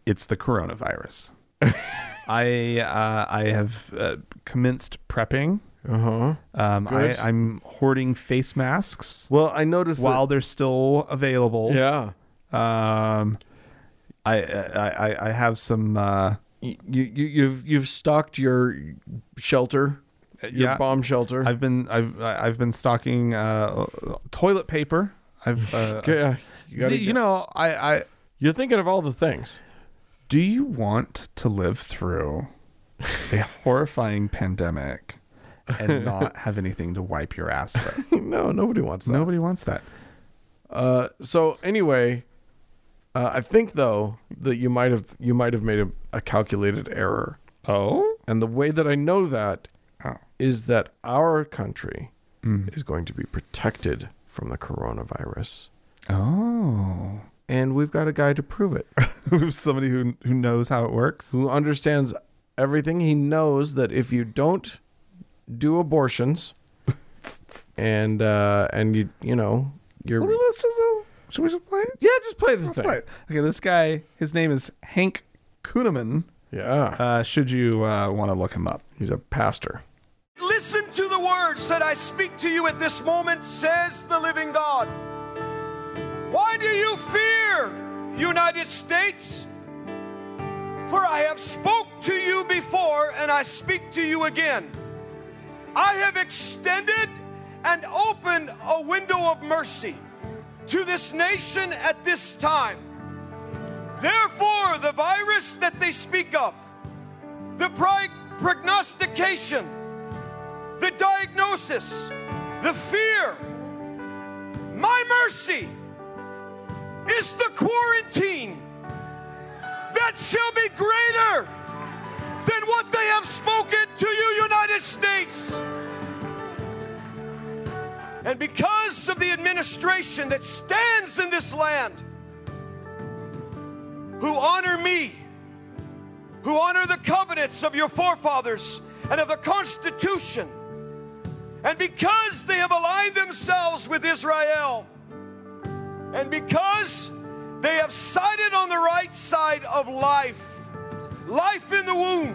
S2: it's the coronavirus. I uh, I have uh, commenced prepping.
S1: uh-huh.
S2: Um, I,
S1: Good.
S2: I'm hoarding face masks
S1: Well, I noticed Oh.
S2: while they're still available.
S1: that... Yeah.
S2: Um, I, I I- I have some. Uh,
S1: You, you, you've, you've stocked your shelter, uh, your
S2: yeah.
S1: bomb shelter.
S2: I've been I've I- I've been stocking uh, toilet paper. I've uh,
S1: Okay, yeah, you,
S2: see,
S1: gotta
S2: you
S1: get-
S2: know I I
S1: You're thinking of all the things.
S2: do you want to live through a horrifying pandemic and not have anything to wipe your ass with?
S1: no, nobody wants that.
S2: Nobody wants that.
S1: Uh, so anyway, uh, I think though that you might have you might have made a, a calculated error,
S2: Oh,
S1: and the way that I know that
S2: oh,
S1: is that our country
S2: Mm.
S1: is going to be protected from the coronavirus.
S2: Oh.
S1: And we've got a guy to prove it
S2: Somebody who who knows how it works.
S1: who understands everything. He knows that if you don't do abortions and, uh, and you, you know, you're.
S2: Well, let's just uh, should we just play it?
S1: Yeah, just play the thing.
S2: Play it. Okay, this guy, his name is Hank Kuhneman.
S1: Yeah.
S2: Uh, should you uh, want to look him up?
S1: He's a pastor.
S3: Listen to the words that I speak to you at this moment, says the living God. Why do you fear, United States? For I have spoke to you before and I speak to you again. I have extended and opened a window of mercy to this nation at this time. Therefore, the virus that they speak of, the prog- prognostication, the diagnosis, the fear. My mercy is the quarantine that shall be greater than what they have spoken to you, United States. And because of the administration that stands in this land, who honor me who honor the covenants of your forefathers and of the Constitution. And because they have aligned themselves with Israel, and because they have sided on the right side of life, life in the womb,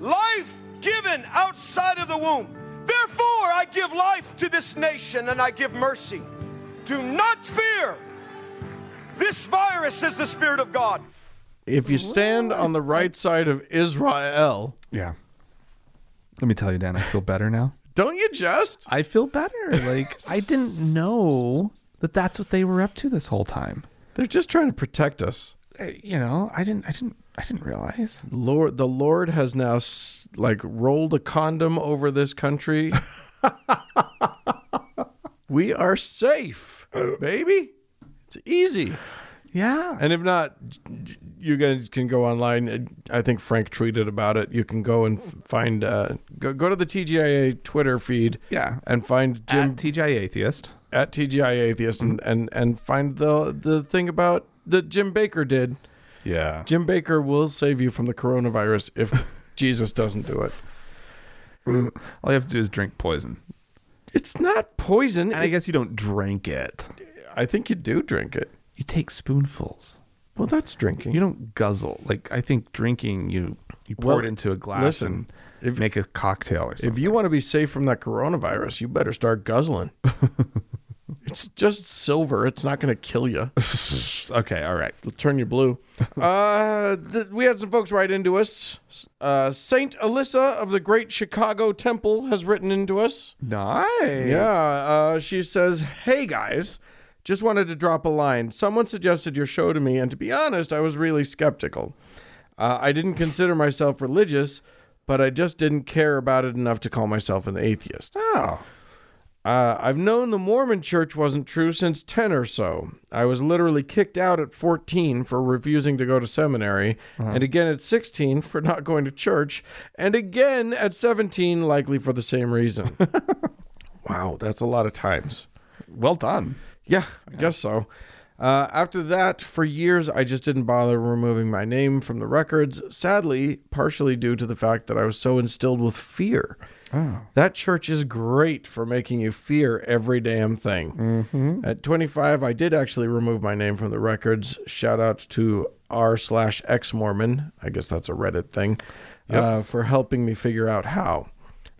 S3: life given outside of the womb. Therefore, I give life to this nation and I give mercy. Do not fear. This virus is the Spirit of God.
S1: If you stand on the right side of Israel,
S2: Yeah. Let me tell you, Dan, I feel better now.
S1: don't you just?
S2: I feel better. Like I didn't know that that's what they were up to this whole time.
S1: They're just trying to protect us.
S2: Uh, You know, I didn't, I didn't, I didn't realize.
S1: Lord, the Lord has now s- like rolled a condom over this country. we are safe, baby. It's easy.
S2: Yeah.
S1: And if not, you guys can go online. Uh, I think Frank tweeted about it. You can go and find uh, go go to the TGIA Twitter feed.
S2: Yeah.
S1: and find Jim
S2: TJ Atheist.
S1: at TGI Atheist and, and, and find the the thing about that Jim Baker did.
S2: Yeah.
S1: Jim Baker will save you from the coronavirus if Jesus doesn't do it.
S2: All you have to do is drink poison.
S1: It's not poison.
S2: And I guess you don't drink it.
S1: I think you do drink it.
S2: You take spoonfuls.
S1: Well, that's drinking.
S2: You don't guzzle. Like I think drinking, you you pour it
S1: Well,
S2: into a glass
S1: listen,
S2: and
S1: if-
S2: make a cocktail or something.
S1: if you want to be safe from that coronavirus, you better start guzzling. it's just silver. It's not going to kill you.
S2: okay, all right.
S1: It'll turn you blue. Uh, th- we had some folks write into us. Uh, Saint Alyssa of the Great Chicago Temple has written into us.
S2: Nice.
S1: Yeah, uh, she says, "Hey guys, just wanted to drop a line. Someone suggested your show to me, and to be honest, I was really skeptical. Uh, I didn't consider myself religious, but I just didn't care about it enough to call myself an atheist.
S2: Oh.
S1: Uh, I've known the Mormon church wasn't true since 10 or so. I was literally kicked out at 14 for refusing to go to seminary, and again at 16 for not going to church, and again at 17, likely for the same reason. wow, that's a lot of times.
S2: Well done.
S1: Yeah, I guess so. Uh, after that, for years, I just didn't bother removing my name from the records, sadly, partially due to the fact that I was so instilled with fear. That church is great for making you fear every damn thing. At 25, I did actually remove my name from the records. Shout out to r slash ex Mormon. I guess that's a Reddit thing uh, for helping me figure out how.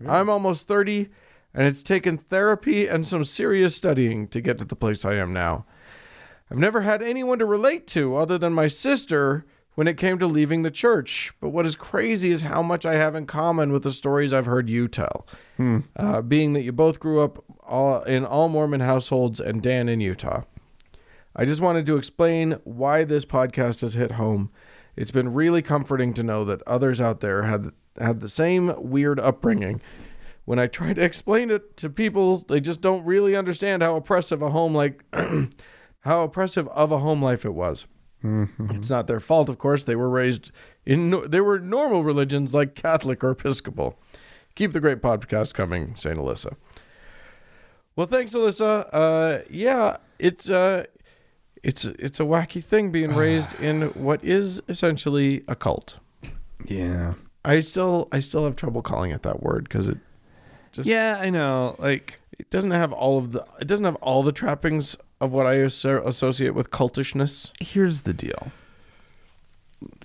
S1: I'm almost 30, and it's taken therapy and some serious studying to get to the place I am now. I've never had anyone to relate to other than my sister when it came to leaving the church. But what is crazy is how much I have in common with the stories I've heard you tell. Uh, being that you both grew up all, in all Mormon households and Dan in Utah. I just wanted to explain why this podcast has hit home. It's been really comforting to know that others out there had had the same weird upbringing. When I try to explain it to people, they just don't really understand how oppressive a home like how oppressive of a home life it was. It's not their fault, of course. They were raised in no, they were normal religions like Catholic or Episcopal. Keep the great podcast coming, Saint Alyssa. Well, thanks, Alyssa. Uh, yeah, it's uh, it's it's a wacky thing being raised in what is essentially a cult.
S2: Yeah.
S1: I still I still have trouble calling it that word because it
S2: Yeah, I know. Like,
S1: it doesn't have all of the it doesn't have all the trappings of what I asso- associate with cultishness.
S2: here's the deal.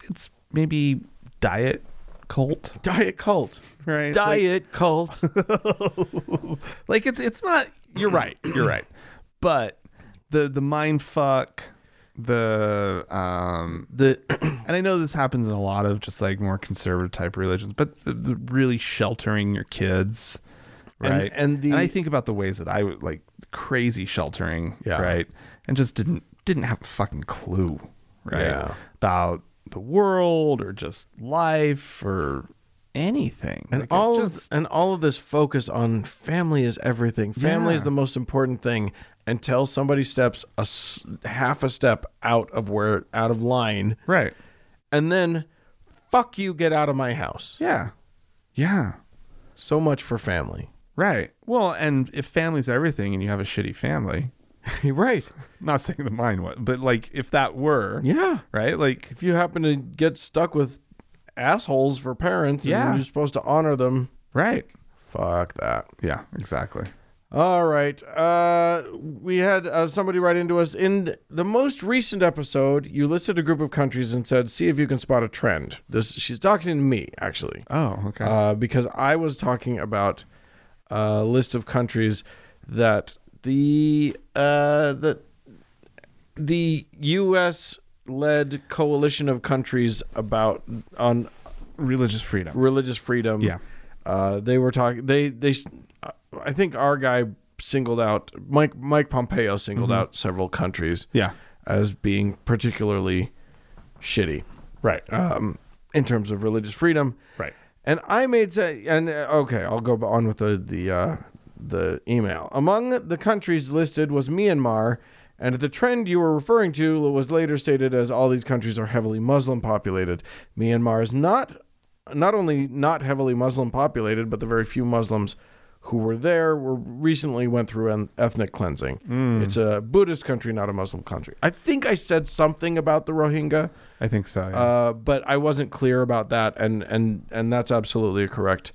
S2: It's maybe diet cult,
S1: Diet cult,
S2: right? Like,
S1: diet cult.
S2: like it's it's not. You're right. You're right. But the the mind fuck, the um
S1: the
S2: and I know this happens in a lot of just like more conservative type religions, but the, the really sheltering your kids,
S1: And-
S2: right?
S1: and the-
S2: I think about the ways that I would like crazy sheltering,
S1: Yeah.
S2: right? And just didn't didn't have a fucking clue, right?
S1: Yeah.
S2: About the world or just life or anything.
S1: and
S2: Like, it
S1: all of-
S2: just,
S1: and all of this focus on family is everything. Family is
S2: Yeah.
S1: the most important thing until somebody steps a s- half a step out of where out of line,
S2: right.
S1: and then fuck you, get out of my house.
S2: Yeah. Yeah.
S1: So much for family.
S2: Right. Well, and if family's everything and you have a shitty family,
S1: You're right.
S2: not saying that mine was, but like if that were,
S1: Yeah.
S2: right? Like
S1: If you happen to get stuck with assholes for parents,
S2: Yeah.
S1: and you're supposed to honor them.
S2: Right.
S1: Fuck that.
S2: Yeah, exactly.
S1: All right. Uh, we had uh, somebody write into us in the most recent episode. You listed a group of countries and said, "See if you can spot a trend." This she's talking to me actually,
S2: Oh, okay.
S1: uh, because I was talking about a list of countries that the uh, the the U.S. led coalition of countries about on
S2: Religious freedom.
S1: religious freedom.
S2: Yeah.
S1: uh, they were talking. They they, I think our guy singled out Mike Mike Pompeo singled out several countries.
S2: Mm-hmm. Yeah.
S1: as being particularly shitty,
S2: Right.
S1: um, in terms of religious freedom.
S2: Right.
S1: And I made say, and uh, okay, I'll go on with the the uh, the email. Among the countries listed was Myanmar, and the trend you were referring to was later stated as all these countries are heavily Muslim populated. Myanmar is not not only not heavily Muslim populated, but the very few Muslims who were there were recently went through an ethnic cleansing. It's a Buddhist country, not a Muslim country. I think I said something about the Rohingya.
S2: I think so. Yeah.
S1: Uh, but I wasn't clear about that, and and and that's absolutely a correct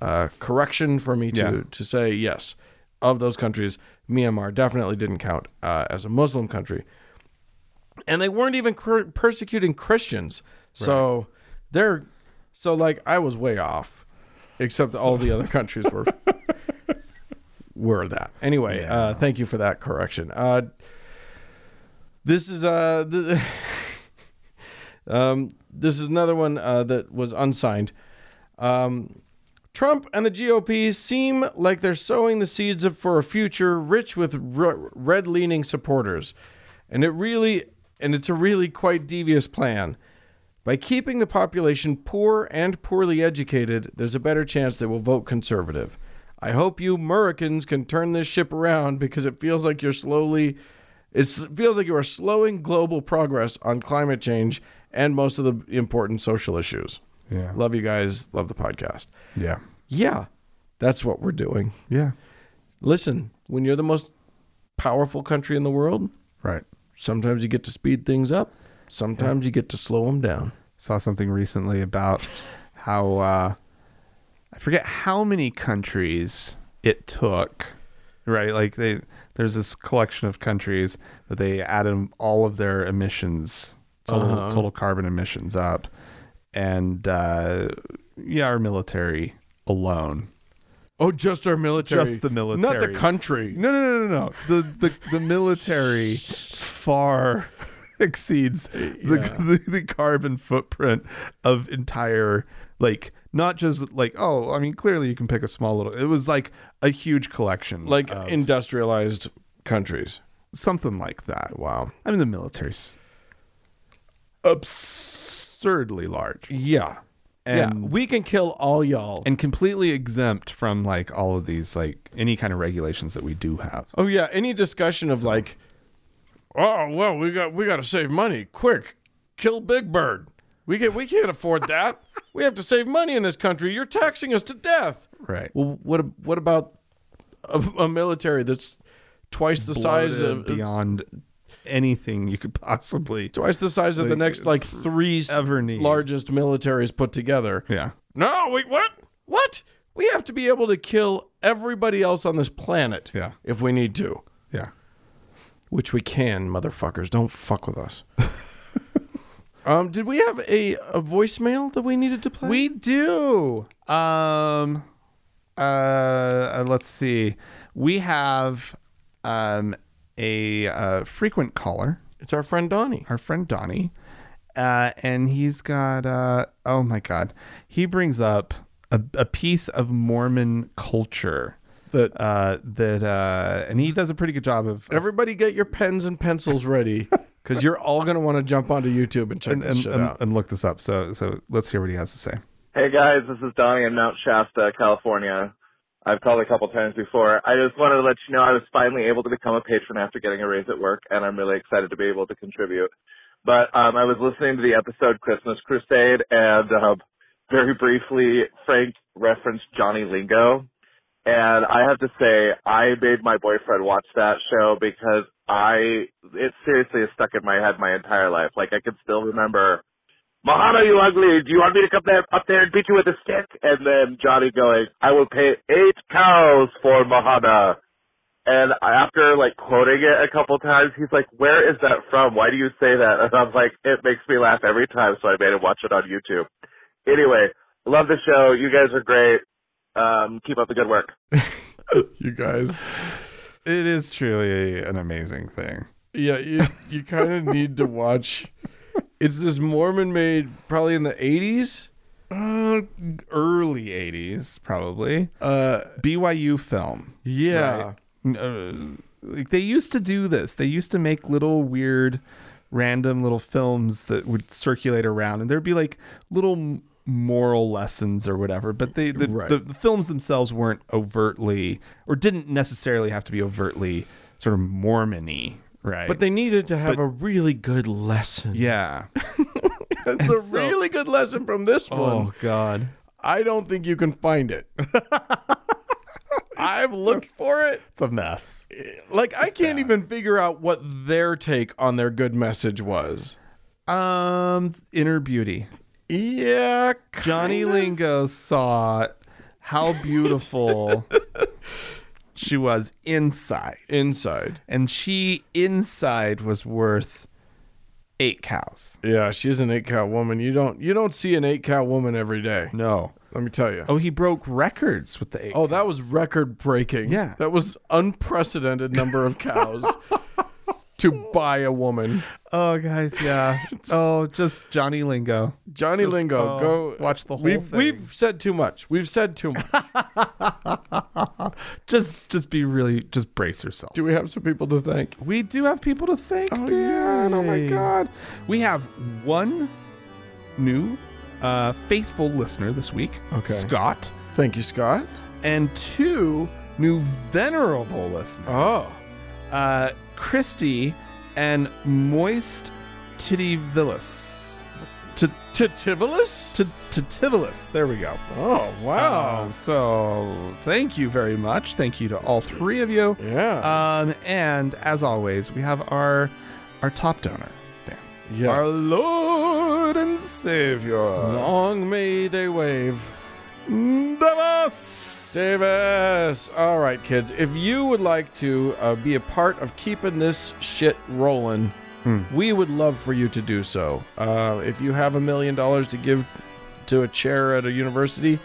S1: uh, correction for me to
S2: Yeah.
S1: to say yes. Of those countries, Myanmar definitely didn't count uh, as a Muslim country, and they weren't even cr- persecuting Christians. So they're so like I was way off, except all the other countries were were that. Anyway, uh, thank you for that correction. Uh, this is uh, th- um, this is another one uh, that was unsigned. Um, Trump and the GOP seem like they're sowing the seeds of, for a future rich with r- red-leaning supporters, and it really and it's a really quite devious plan. By keeping the population poor and poorly educated, there's a better chance they will vote conservative. I hope you Americans can turn this ship around because it feels like you're slowly it's, it feels like you are slowing global progress on climate change and most of the important social issues.
S2: Yeah.
S1: Love you guys. Love the podcast.
S2: yeah.
S1: Yeah, that's what we're doing.
S2: Yeah.
S1: Listen, when you're the most powerful country in the world,
S2: Right.
S1: sometimes you get to speed things up, sometimes you get to slow them down.
S2: Saw something recently about how uh, I forget how many countries it took. Right. Like they there's this collection of countries that they added all of their emissions, total, total carbon emissions up, and uh, yeah, our military alone
S1: Oh, just our military.
S2: Just the
S1: Not the
S2: military.
S1: country.
S2: No, no, no, no, no. The the, the military far exceeds
S1: Uh,
S2: the, the the carbon footprint of entire like not just like oh I mean clearly you can pick a small little it was like a huge collection
S1: Like
S2: of
S1: industrialized countries.
S2: something like that.
S1: Wow.
S2: I mean the military's absurdly large
S1: Yeah. yeah.
S2: And-
S1: We can kill all y'all.
S2: and completely exempt from like all of these like any kind of regulations that we do have.
S1: Oh yeah, any discussion of like, oh well, we got we got to save money quick, kill Big Bird. We get we can't afford that. We have to save money in this country. You're taxing us to death.
S2: Right.
S1: Well, what what about a, a military that's twice the size of
S2: uh, beyond anything you could possibly.
S1: twice the size of the
S2: Like, uh,
S1: next like three
S2: ever need.
S1: largest militaries put together.
S2: Yeah.
S1: No, wait, what? What? We have to be able to kill everybody else on this planet
S2: Yeah.
S1: if we need to,
S2: Yeah.
S1: which we can, motherfuckers. Don't fuck with us. um, did we have a, a voicemail that we needed to play?
S2: We do. Um uh, uh, let's see. We have um a uh, frequent caller,
S1: it's our friend Donnie.
S2: our friend Donnie. Uh, and he's got uh oh my god. He brings up a, a piece of Mormon culture
S1: That
S2: uh that uh and he does a pretty good job of, of
S1: everybody get your pens and pencils ready because you're all gonna want to jump onto YouTube and check
S2: and,
S1: this
S2: and,
S1: shit
S2: and,
S1: out.
S2: and look this up. So so let's hear what he has to say.
S4: Hey guys, this is Donnie in Mount Shasta, California. I've called a couple times before. I just wanted to let you know I was finally able to become a patron after getting a raise at work, and I'm really excited to be able to contribute. But um, I was listening to the episode Christmas Crusade, and um, very briefly, Frank referenced Johnny Lingo, and I have to say I made my boyfriend watch that show because I it seriously is stuck in my head my entire life. Like I can still remember Mahana, you ugly. Do you want me to come there, up there and beat you with a stick? And then Johnny going, I will pay eight cows for Mahana. And after like quoting it a couple times, he's like, where is that from? Why do you say that? And I'm like, it makes me laugh every time. So I made him watch it on YouTube. Anyway, love the show. You guys are great. Um, keep up the good work.
S1: You guys.
S2: It is truly an amazing thing.
S1: Yeah, you you kind of need to watch. It's this Mormon made probably in the eighties.
S2: Uh, early 80s, probably.
S1: Uh,
S2: BYU film.
S1: yeah,
S2: Uh, like they used to do this. They used to make little weird, random little films that would circulate around, and there'd be like little m- moral lessons or whatever. But they the,
S1: Right.
S2: the, the films themselves weren't overtly or didn't necessarily have to be overtly sort of Mormony, right?
S1: but they needed to have a really good lesson.
S2: yeah.
S1: That's a really good lesson from this
S2: Oh,
S1: one.
S2: God.
S1: I don't think you can find it. I've looked for it.
S2: It's a mess.
S1: Like I can't even figure out what their take on their good message was.
S2: Um, Inner Beauty.
S1: Yeah, kind
S2: Johnny
S1: of.
S2: Lingo saw how beautiful she was inside.
S1: inside.
S2: And she inside was worth eight cows.
S1: Yeah, she's an eight cow woman. You don't you don't see an eight cow woman every day.
S2: No.
S1: Let me tell you.
S2: Oh, he broke records with the eight.
S1: Oh, that was record breaking.
S2: Yeah.
S1: That was unprecedented number of cows to buy a woman.
S2: oh guys, yeah. oh, just Johnny Lingo.
S1: Johnny Lingo,
S2: oh,
S1: go
S2: watch the whole
S1: we've,
S2: thing.
S1: We've said too much. We've said too much.
S2: Just just be really just brace yourself.
S1: Do we have some people to thank?
S2: We do have people to thank, oh, Dan. Oh my
S1: yay.
S2: God. We have one new uh, faithful listener this week,
S1: Okay.
S2: Scott,
S1: Thank you, Scott.
S2: and two new venerable listeners.
S1: Oh.
S2: Uh, Christy and Moist Titivilus. To
S1: Tativolus?
S2: Titivilus. There we go.
S1: Oh, wow.
S2: Um, so thank you very much. Thank you to all three of you.
S1: yeah.
S2: Um, and as always, we have our our top donor, Dan.
S1: Yes.
S2: Our Lord and Savior,
S1: Long may they wave. Mm-hmm.
S2: Davis.
S1: Davis. All right, kids. If you would like to uh, be a part of keeping this shit rolling, we would love for you to do so. Uh, if you have a million dollars to give to a chair at a university,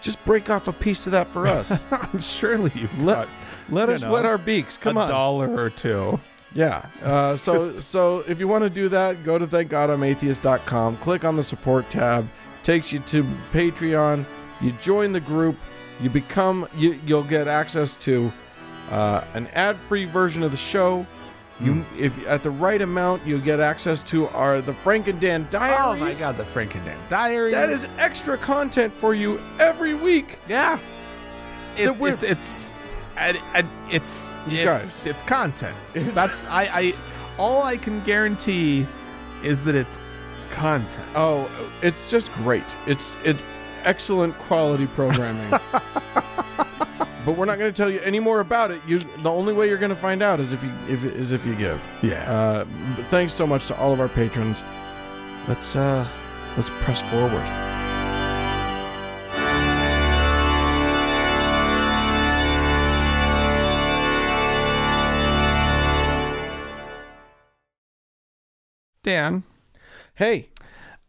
S1: just break off a piece of that for us.
S2: Surely you've
S1: let
S2: got
S1: let
S2: you
S1: us
S2: know,
S1: wet our beaks. Come
S2: a
S1: on.
S2: dollar or two.
S1: Yeah. Uh, so so if you want to do that, go to thankgodimatheist.com, click on the support tab, takes you to Patreon. You join the group. You become you you'll get access to uh, an ad-free version of the show. You if at the right amount, you'll get access to our the Frank and Dan diaries.
S2: Oh the Frankendan Diaries.
S1: That is extra content for you every week.
S2: yeah. It's
S1: we're-
S2: it's it's and- and it's it's,
S1: guys.
S2: it's content. That's I I all I can guarantee is that it's content.
S1: Oh, it's just great. It's it's excellent quality programming. but we're not going to tell you any more about it. You, the only way you're going to find out is if you if is if you give.
S2: Yeah.
S1: Uh, but thanks so much to all of our patrons. Let's uh, let's press forward.
S2: Dan.
S1: Hey,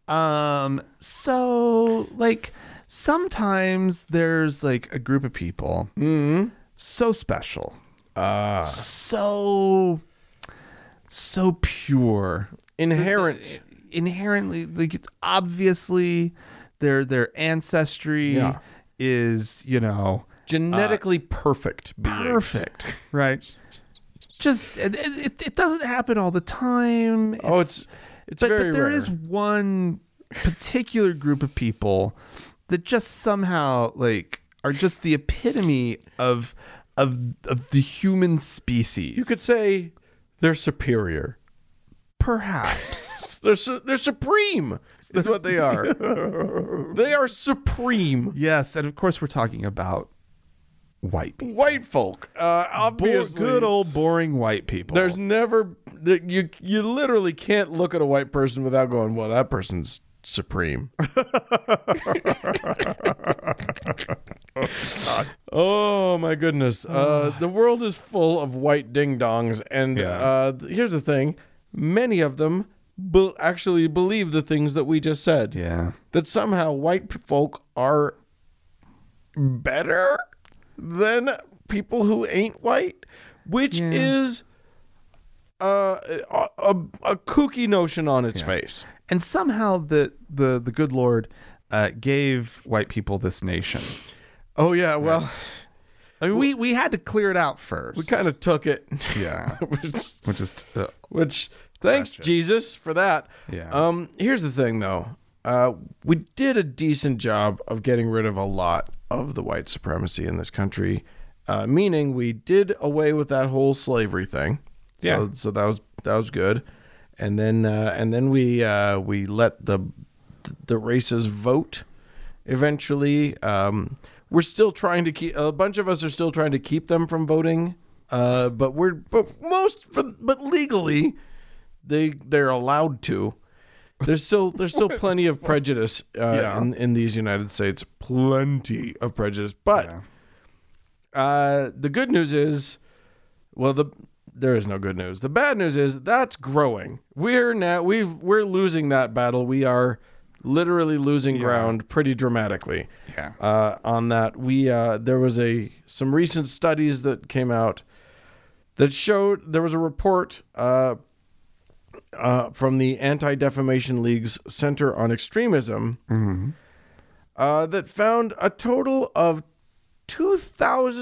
S2: Um, so like sometimes there's like a group of people Mm-hmm. so special, Ah.
S1: uh,
S2: so so pure,
S1: inherent.
S2: Uh, inherently like obviously their their ancestry
S1: Yeah.
S2: is, you know,
S1: Genetically perfect. beings.
S2: perfect, right? Just it, it, it doesn't happen all the time.
S1: Oh, it's it's
S2: but,
S1: very
S2: but there
S1: rare.
S2: is one particular group of people that just somehow like are just the epitome of of of the human species.
S1: You could say they're superior.
S2: perhaps
S1: They're su- they're supreme. That's what they are. they are supreme.
S2: yes, and of course we're talking about white people.
S1: White folk, uh,
S2: Bo-
S1: obviously.
S2: good old boring white people.
S1: There's never there- you you literally can't look at a white person without going, well, that person's supreme. oh my goodness, uh, the world is full of white ding dongs, and
S2: Yeah.
S1: uh, th- here's the thing: many of them bel actually believe the things that we just said.
S2: yeah.
S1: That somehow white p- folk are better than people who ain't white, which is uh, a, a, a kooky notion on its face.
S2: And somehow the the the good Lord uh, gave white people this nation.
S1: Oh yeah, well
S2: I mean, we we had to clear it out first.
S1: we kind of took it,
S2: yeah,
S1: which,
S2: which is uh,
S1: which thanks Jesus for that.
S2: Yeah.
S1: Um, here's the thing though, uh, we did a decent job of getting rid of a lot of the white supremacy in this country, uh, meaning we did away with that whole slavery thing. So,
S2: Yeah.
S1: so that was that was good, and then uh, and then we uh, we let the the races vote. Eventually, um, we're still trying to keep a bunch of us are still trying to keep them from voting, uh, but we're but most for, but legally they they're allowed to. There's still there's still plenty of prejudice uh, in, in these United States. Plenty of prejudice, but uh, the good news is, well, the there is no good news. The bad news is that's growing. We're now we've we're losing that battle. We are literally losing ground pretty dramatically.
S2: Yeah.
S1: Uh, on that, we uh, there was a some recent studies that came out that showed there was a report uh, uh, from the Anti Defamation League's Center on Extremism uh, that found a total of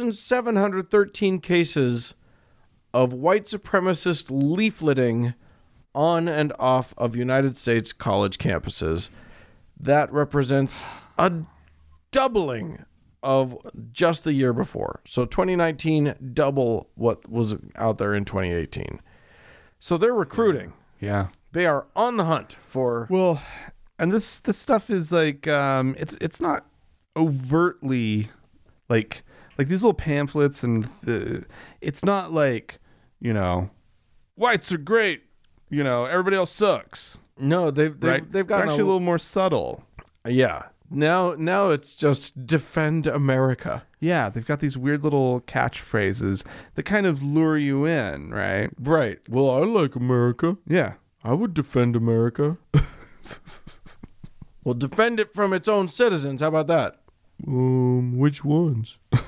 S1: 2,713 cases of white supremacist leafleting on and off of United States college campuses. That represents a doubling of just the year before. So 2019, double what was out there in 2018. So they're recruiting.
S2: yeah.
S1: They are on the hunt for.
S2: Well, and this this stuff is like um it's it's not overtly like like these little pamphlets and the, it's not like, you know, whites are great, you know, everybody else sucks,
S1: No, they've they've,
S2: right?
S1: they've
S2: They're
S1: gotten
S2: actually a
S1: a,
S2: little more subtle.
S1: yeah. Now now it's just defend America.
S2: Yeah, they've got these weird little catchphrases that kind of lure you in, right?
S1: Right. Well, I like America.
S2: Yeah.
S1: I would defend America. well, defend it from its own citizens. How about that? Um, which ones?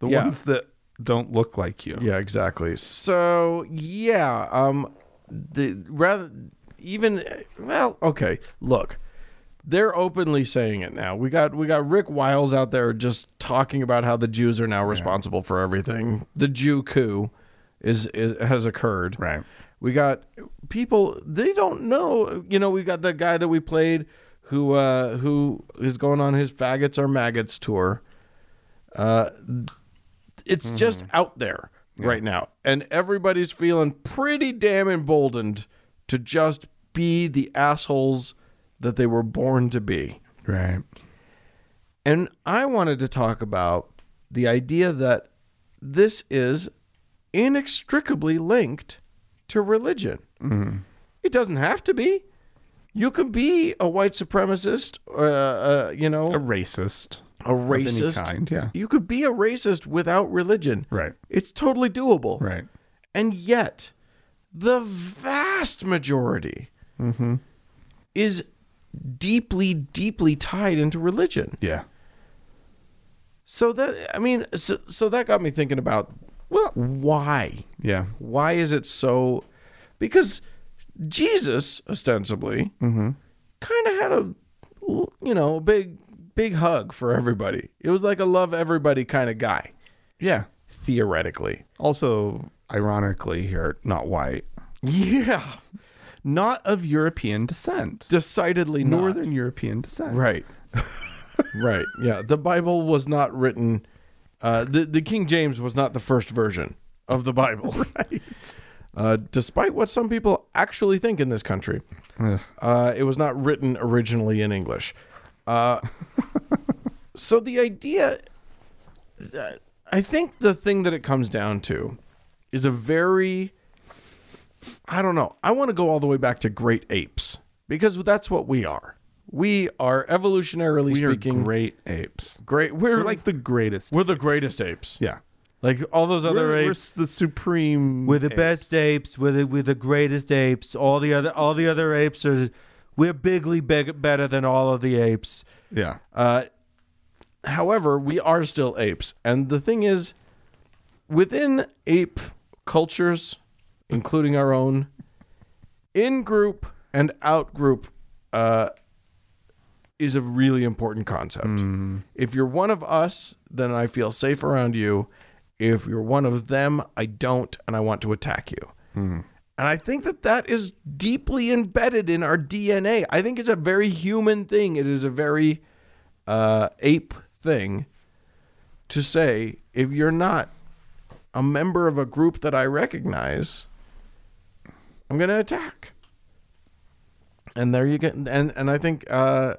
S2: The
S1: Yeah.
S2: ones that don't look like you.
S1: Yeah, exactly. So yeah, um, the rather even well, okay. Look, they're openly saying it now. We got we got Rick Wiles out there just talking about how the Jews are now responsible for everything. The Jew coup is, is has occurred.
S2: Right.
S1: We got people they don't know. You know, we got the guy that we played who uh who is going on his faggots or maggots tour it's just
S2: Mm-hmm.
S1: out there right now and everybody's feeling pretty damn emboldened to just be the assholes that they were born to be
S2: Right.
S1: and i wanted to talk about the idea that this is inextricably linked to religion.
S2: Mm-hmm.
S1: It doesn't have to be. You could be a white supremacist, uh, uh, you
S2: A
S1: know,
S2: racist.
S1: a, racist.
S2: kind, yeah.
S1: You could be a racist without religion.
S2: Right.
S1: It's totally doable.
S2: Right.
S1: And yet, the vast majority Mm-hmm. is deeply, deeply tied into religion.
S2: Yeah.
S1: So that I mean, so, so that got me thinking about well, why?
S2: Yeah.
S1: Why is it so? Because Jesus ostensibly kind of had a you know a big big hug for everybody. It was like a love everybody kind of guy
S2: Yeah.
S1: theoretically.
S2: Also, ironically, here, not white.
S1: Yeah,
S2: Not of European descent.
S1: decidedly not.
S2: Northern European descent.
S1: Right. right. Yeah. The Bible was not written. Uh, the the King James was not the first version of the Bible. right. Uh, despite what some people actually think in this country, uh, it was not written originally in English. Uh, so the idea, uh, I think, the thing that it comes down to, is a very I don't know. I want to go all the way back to great apes because that's what we are. We are evolutionarily
S2: We are
S1: speaking
S2: great apes.
S1: great.
S2: We're
S1: We're, like
S2: like the greatest.
S1: we're the greatest apes.
S2: yeah.
S1: Like all those other
S2: We're, we're
S1: apes.
S2: the supreme.
S5: We're the
S2: ape.
S5: best apes. We're the, we're the greatest apes. All the other all the other apes are. We're bigly big, better than all of the apes.
S2: Yeah.
S1: Uh, however, we are still apes. And the thing is, within ape cultures, including our own, in group and out group uh, is a really important concept. If you're one of us, then I feel safe around you. If you're one of them, I don't, and I want to attack you. And I think that that is deeply embedded in our DNA. I think it's a very human thing. It is a very uh, ape thing to say if you're not a member of a group that I recognize, I'm going to attack. And there you go. And and I think uh,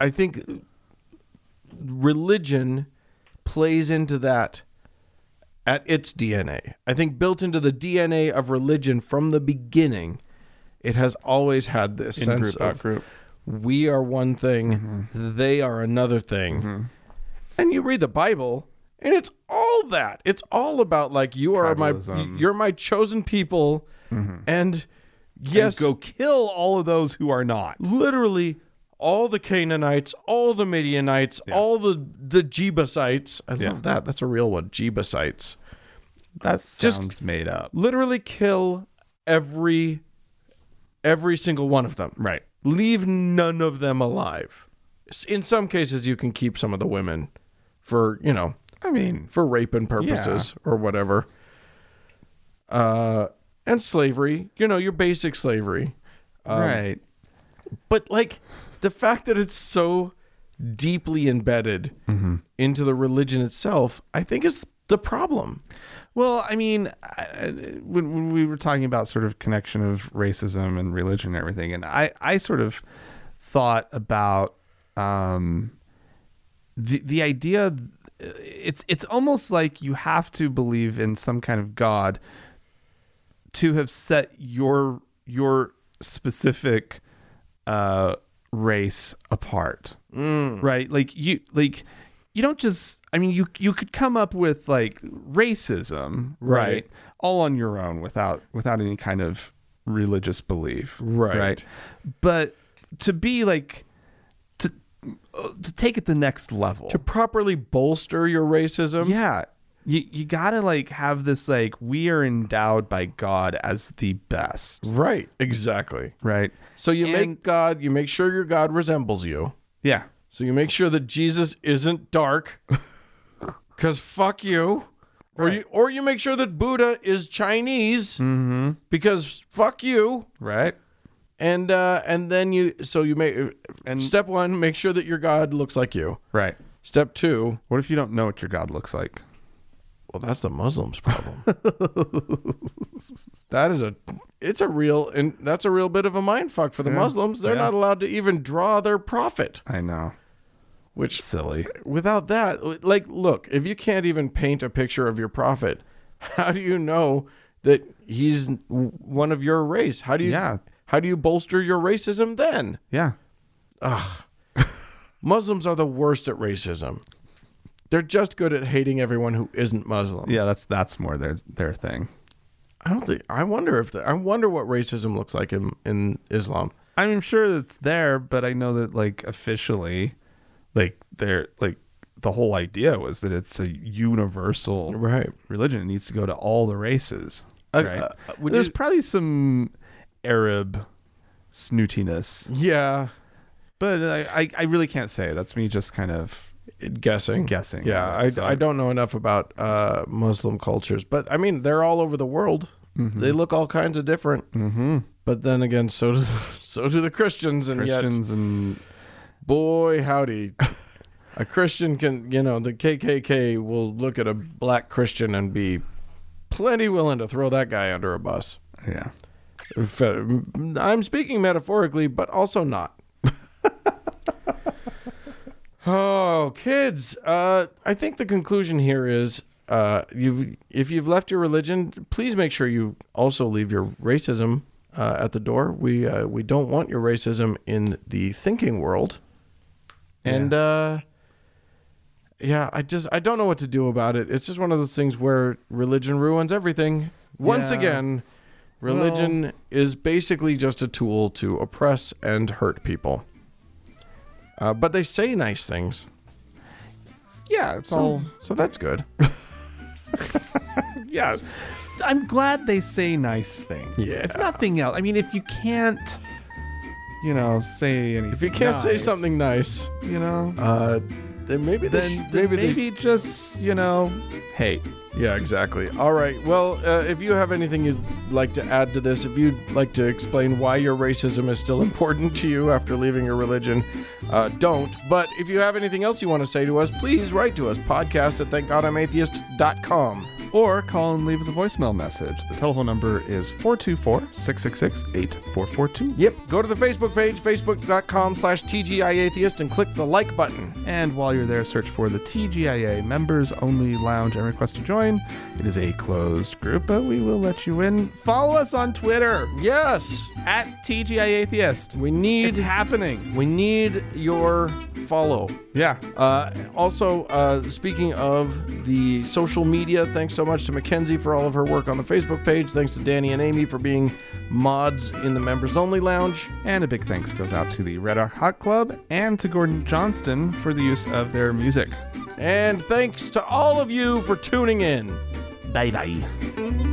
S1: I think religion plays into that at its DNA. I think built into the DNA of religion from the beginning, it has always had this sense
S2: group, out
S1: of
S2: group.
S1: we are one thing,
S2: Mm-hmm.
S1: they are another thing. And you read the Bible, and it's all that. It's all about like you are my
S2: Tribalism. Mm-hmm.
S1: you're my chosen people, and yes,
S2: Go kill all of those who are not.
S1: literally all the Canaanites, all the Midianites, all the the Jebusites. I love that. That's a real one. Jebusites.
S2: That sounds made up.
S1: Literally kill every every single one of them.
S2: Right.
S1: Leave none of them alive. S- In some cases you can keep some of the women for, you know,
S2: I mean,
S1: for raping purposes or whatever. Uh and slavery, you know, your basic slavery.
S2: right.
S1: but like the fact that it's so deeply embedded
S2: Mm-hmm.
S1: into the religion itself, I think is the problem.
S2: Well, I mean, I- I- when, when we were talking about sort of connection of racism and religion and everything, and I, I sort of thought about um, the the idea. uh, It's it's almost like you have to believe in some kind of God to have set your your specific uh, race apart,
S1: Mm.
S2: right? Like you like you don't just. I mean, you you could come up with like racism, right?
S1: Right.
S2: All on your own without without any kind of religious belief,
S1: Right.
S2: But to be like to uh, to take it the next level,
S1: To properly bolster your racism,
S2: yeah. You, you gotta like have this like we are endowed by God as the best,
S1: right? Exactly.
S2: right?
S1: So you make
S2: And-
S1: God, you make sure your God resembles you.
S2: Yeah,
S1: So you make sure that Jesus isn't dark, because fuck you. Or you, or you make sure that Buddha is Chinese,
S2: Mm-hmm.
S1: because fuck you.
S2: right.
S1: and uh, and then you so you make and step one make sure that your god looks like you
S2: Right.
S1: step two
S2: What if you don't know what your God looks like?
S1: well that's the muslims problem that is a it's a real and that's a real bit of a mind fuck for the muslims they're
S2: yeah.
S1: not allowed to even draw their prophet
S2: I know.
S1: Which
S2: Silly.
S1: without that, like, look, if you can't even paint a picture of your prophet, how do you know that he's w- one of your race? How do you
S2: Yeah.
S1: how do you bolster your racism then?
S2: Yeah.
S1: Muslims are the worst at racism. They're just good at hating everyone who isn't Muslim.
S2: Yeah, that's that's more their their thing.
S1: I don't think. I wonder if the, I wonder what racism looks like in in Islam.
S2: I'm sure it's there, but I know that like officially, like they're like the whole idea was that it's a universal
S1: Right.
S2: religion. It needs to go to all the races.
S1: Uh,
S2: right.
S1: uh, would
S2: There's
S1: you-
S2: probably some Arab snootiness,
S1: Yeah.
S2: but I, I I really can't say. That's me just kind of
S1: guessing
S2: Guessing,
S1: yeah
S2: yeah,
S1: I,
S2: so-
S1: I don't know enough about uh muslim cultures but i mean they're all over the world
S2: Mm-hmm.
S1: they look all kinds of different mm-hmm. but then again so do so do the christians and yet
S2: Christians and
S1: boy howdy a christian can you know the kkk will look at a black christian and be plenty willing to throw that guy under a bus
S2: yeah.
S1: If, uh, i'm speaking metaphorically but also not Oh, kids! Uh, I think the conclusion here is, uh, you if you've left your religion, please make sure you also leave your racism uh, at the door. We uh, we don't want your racism in the thinking world, and uh, yeah, I just I don't know what to do about it. It's just one of those things where religion ruins everything once
S2: Yeah.
S1: again. Religion is basically just a tool to oppress and hurt people. Uh, but they say nice things.
S2: Yeah, it's all
S1: So that's good.
S2: yeah. I'm glad they say nice things.
S1: Yeah.
S2: If nothing else, I mean, if you can't, you know, say anything.
S1: If you can't say
S2: nice,
S1: something nice,
S2: you know,
S1: uh, then maybe they
S2: then
S1: sh-
S2: maybe,
S1: maybe they-
S2: maybe just you know, hey,
S1: yeah, exactly. All right. Well, uh, if you have anything you'd like to add to this, if you'd like to explain why your racism is still important to you after leaving your religion, uh, don't. But if you have anything else you want to say to us, please write to us podcast at thankgodimatheist.com.
S2: or call and leave us a voicemail message. The telephone number is 424-666-8442.
S1: Yep. Go to the Facebook page, facebook.com slash TGIAtheist, and click the like button.
S2: And while you're there, search for the TGIA Members Only Lounge and request to join. It is a closed group, but we will let you in. Follow us on Twitter
S1: Yes.
S2: at TGIA Atheist.
S1: We need
S2: It's happening.
S1: we need your follow.
S2: Yeah.
S1: Uh, also, uh, speaking of the social media, thanks so much to Mackenzie for all of her work on the Facebook page. Thanks to Danny and Amy for being mods in the members only lounge.
S2: And a big thanks goes out to the Red Rock Hot Club and to Gordon Johnston for the use of their music.
S1: And thanks to all of you for tuning in.
S2: Bye bye.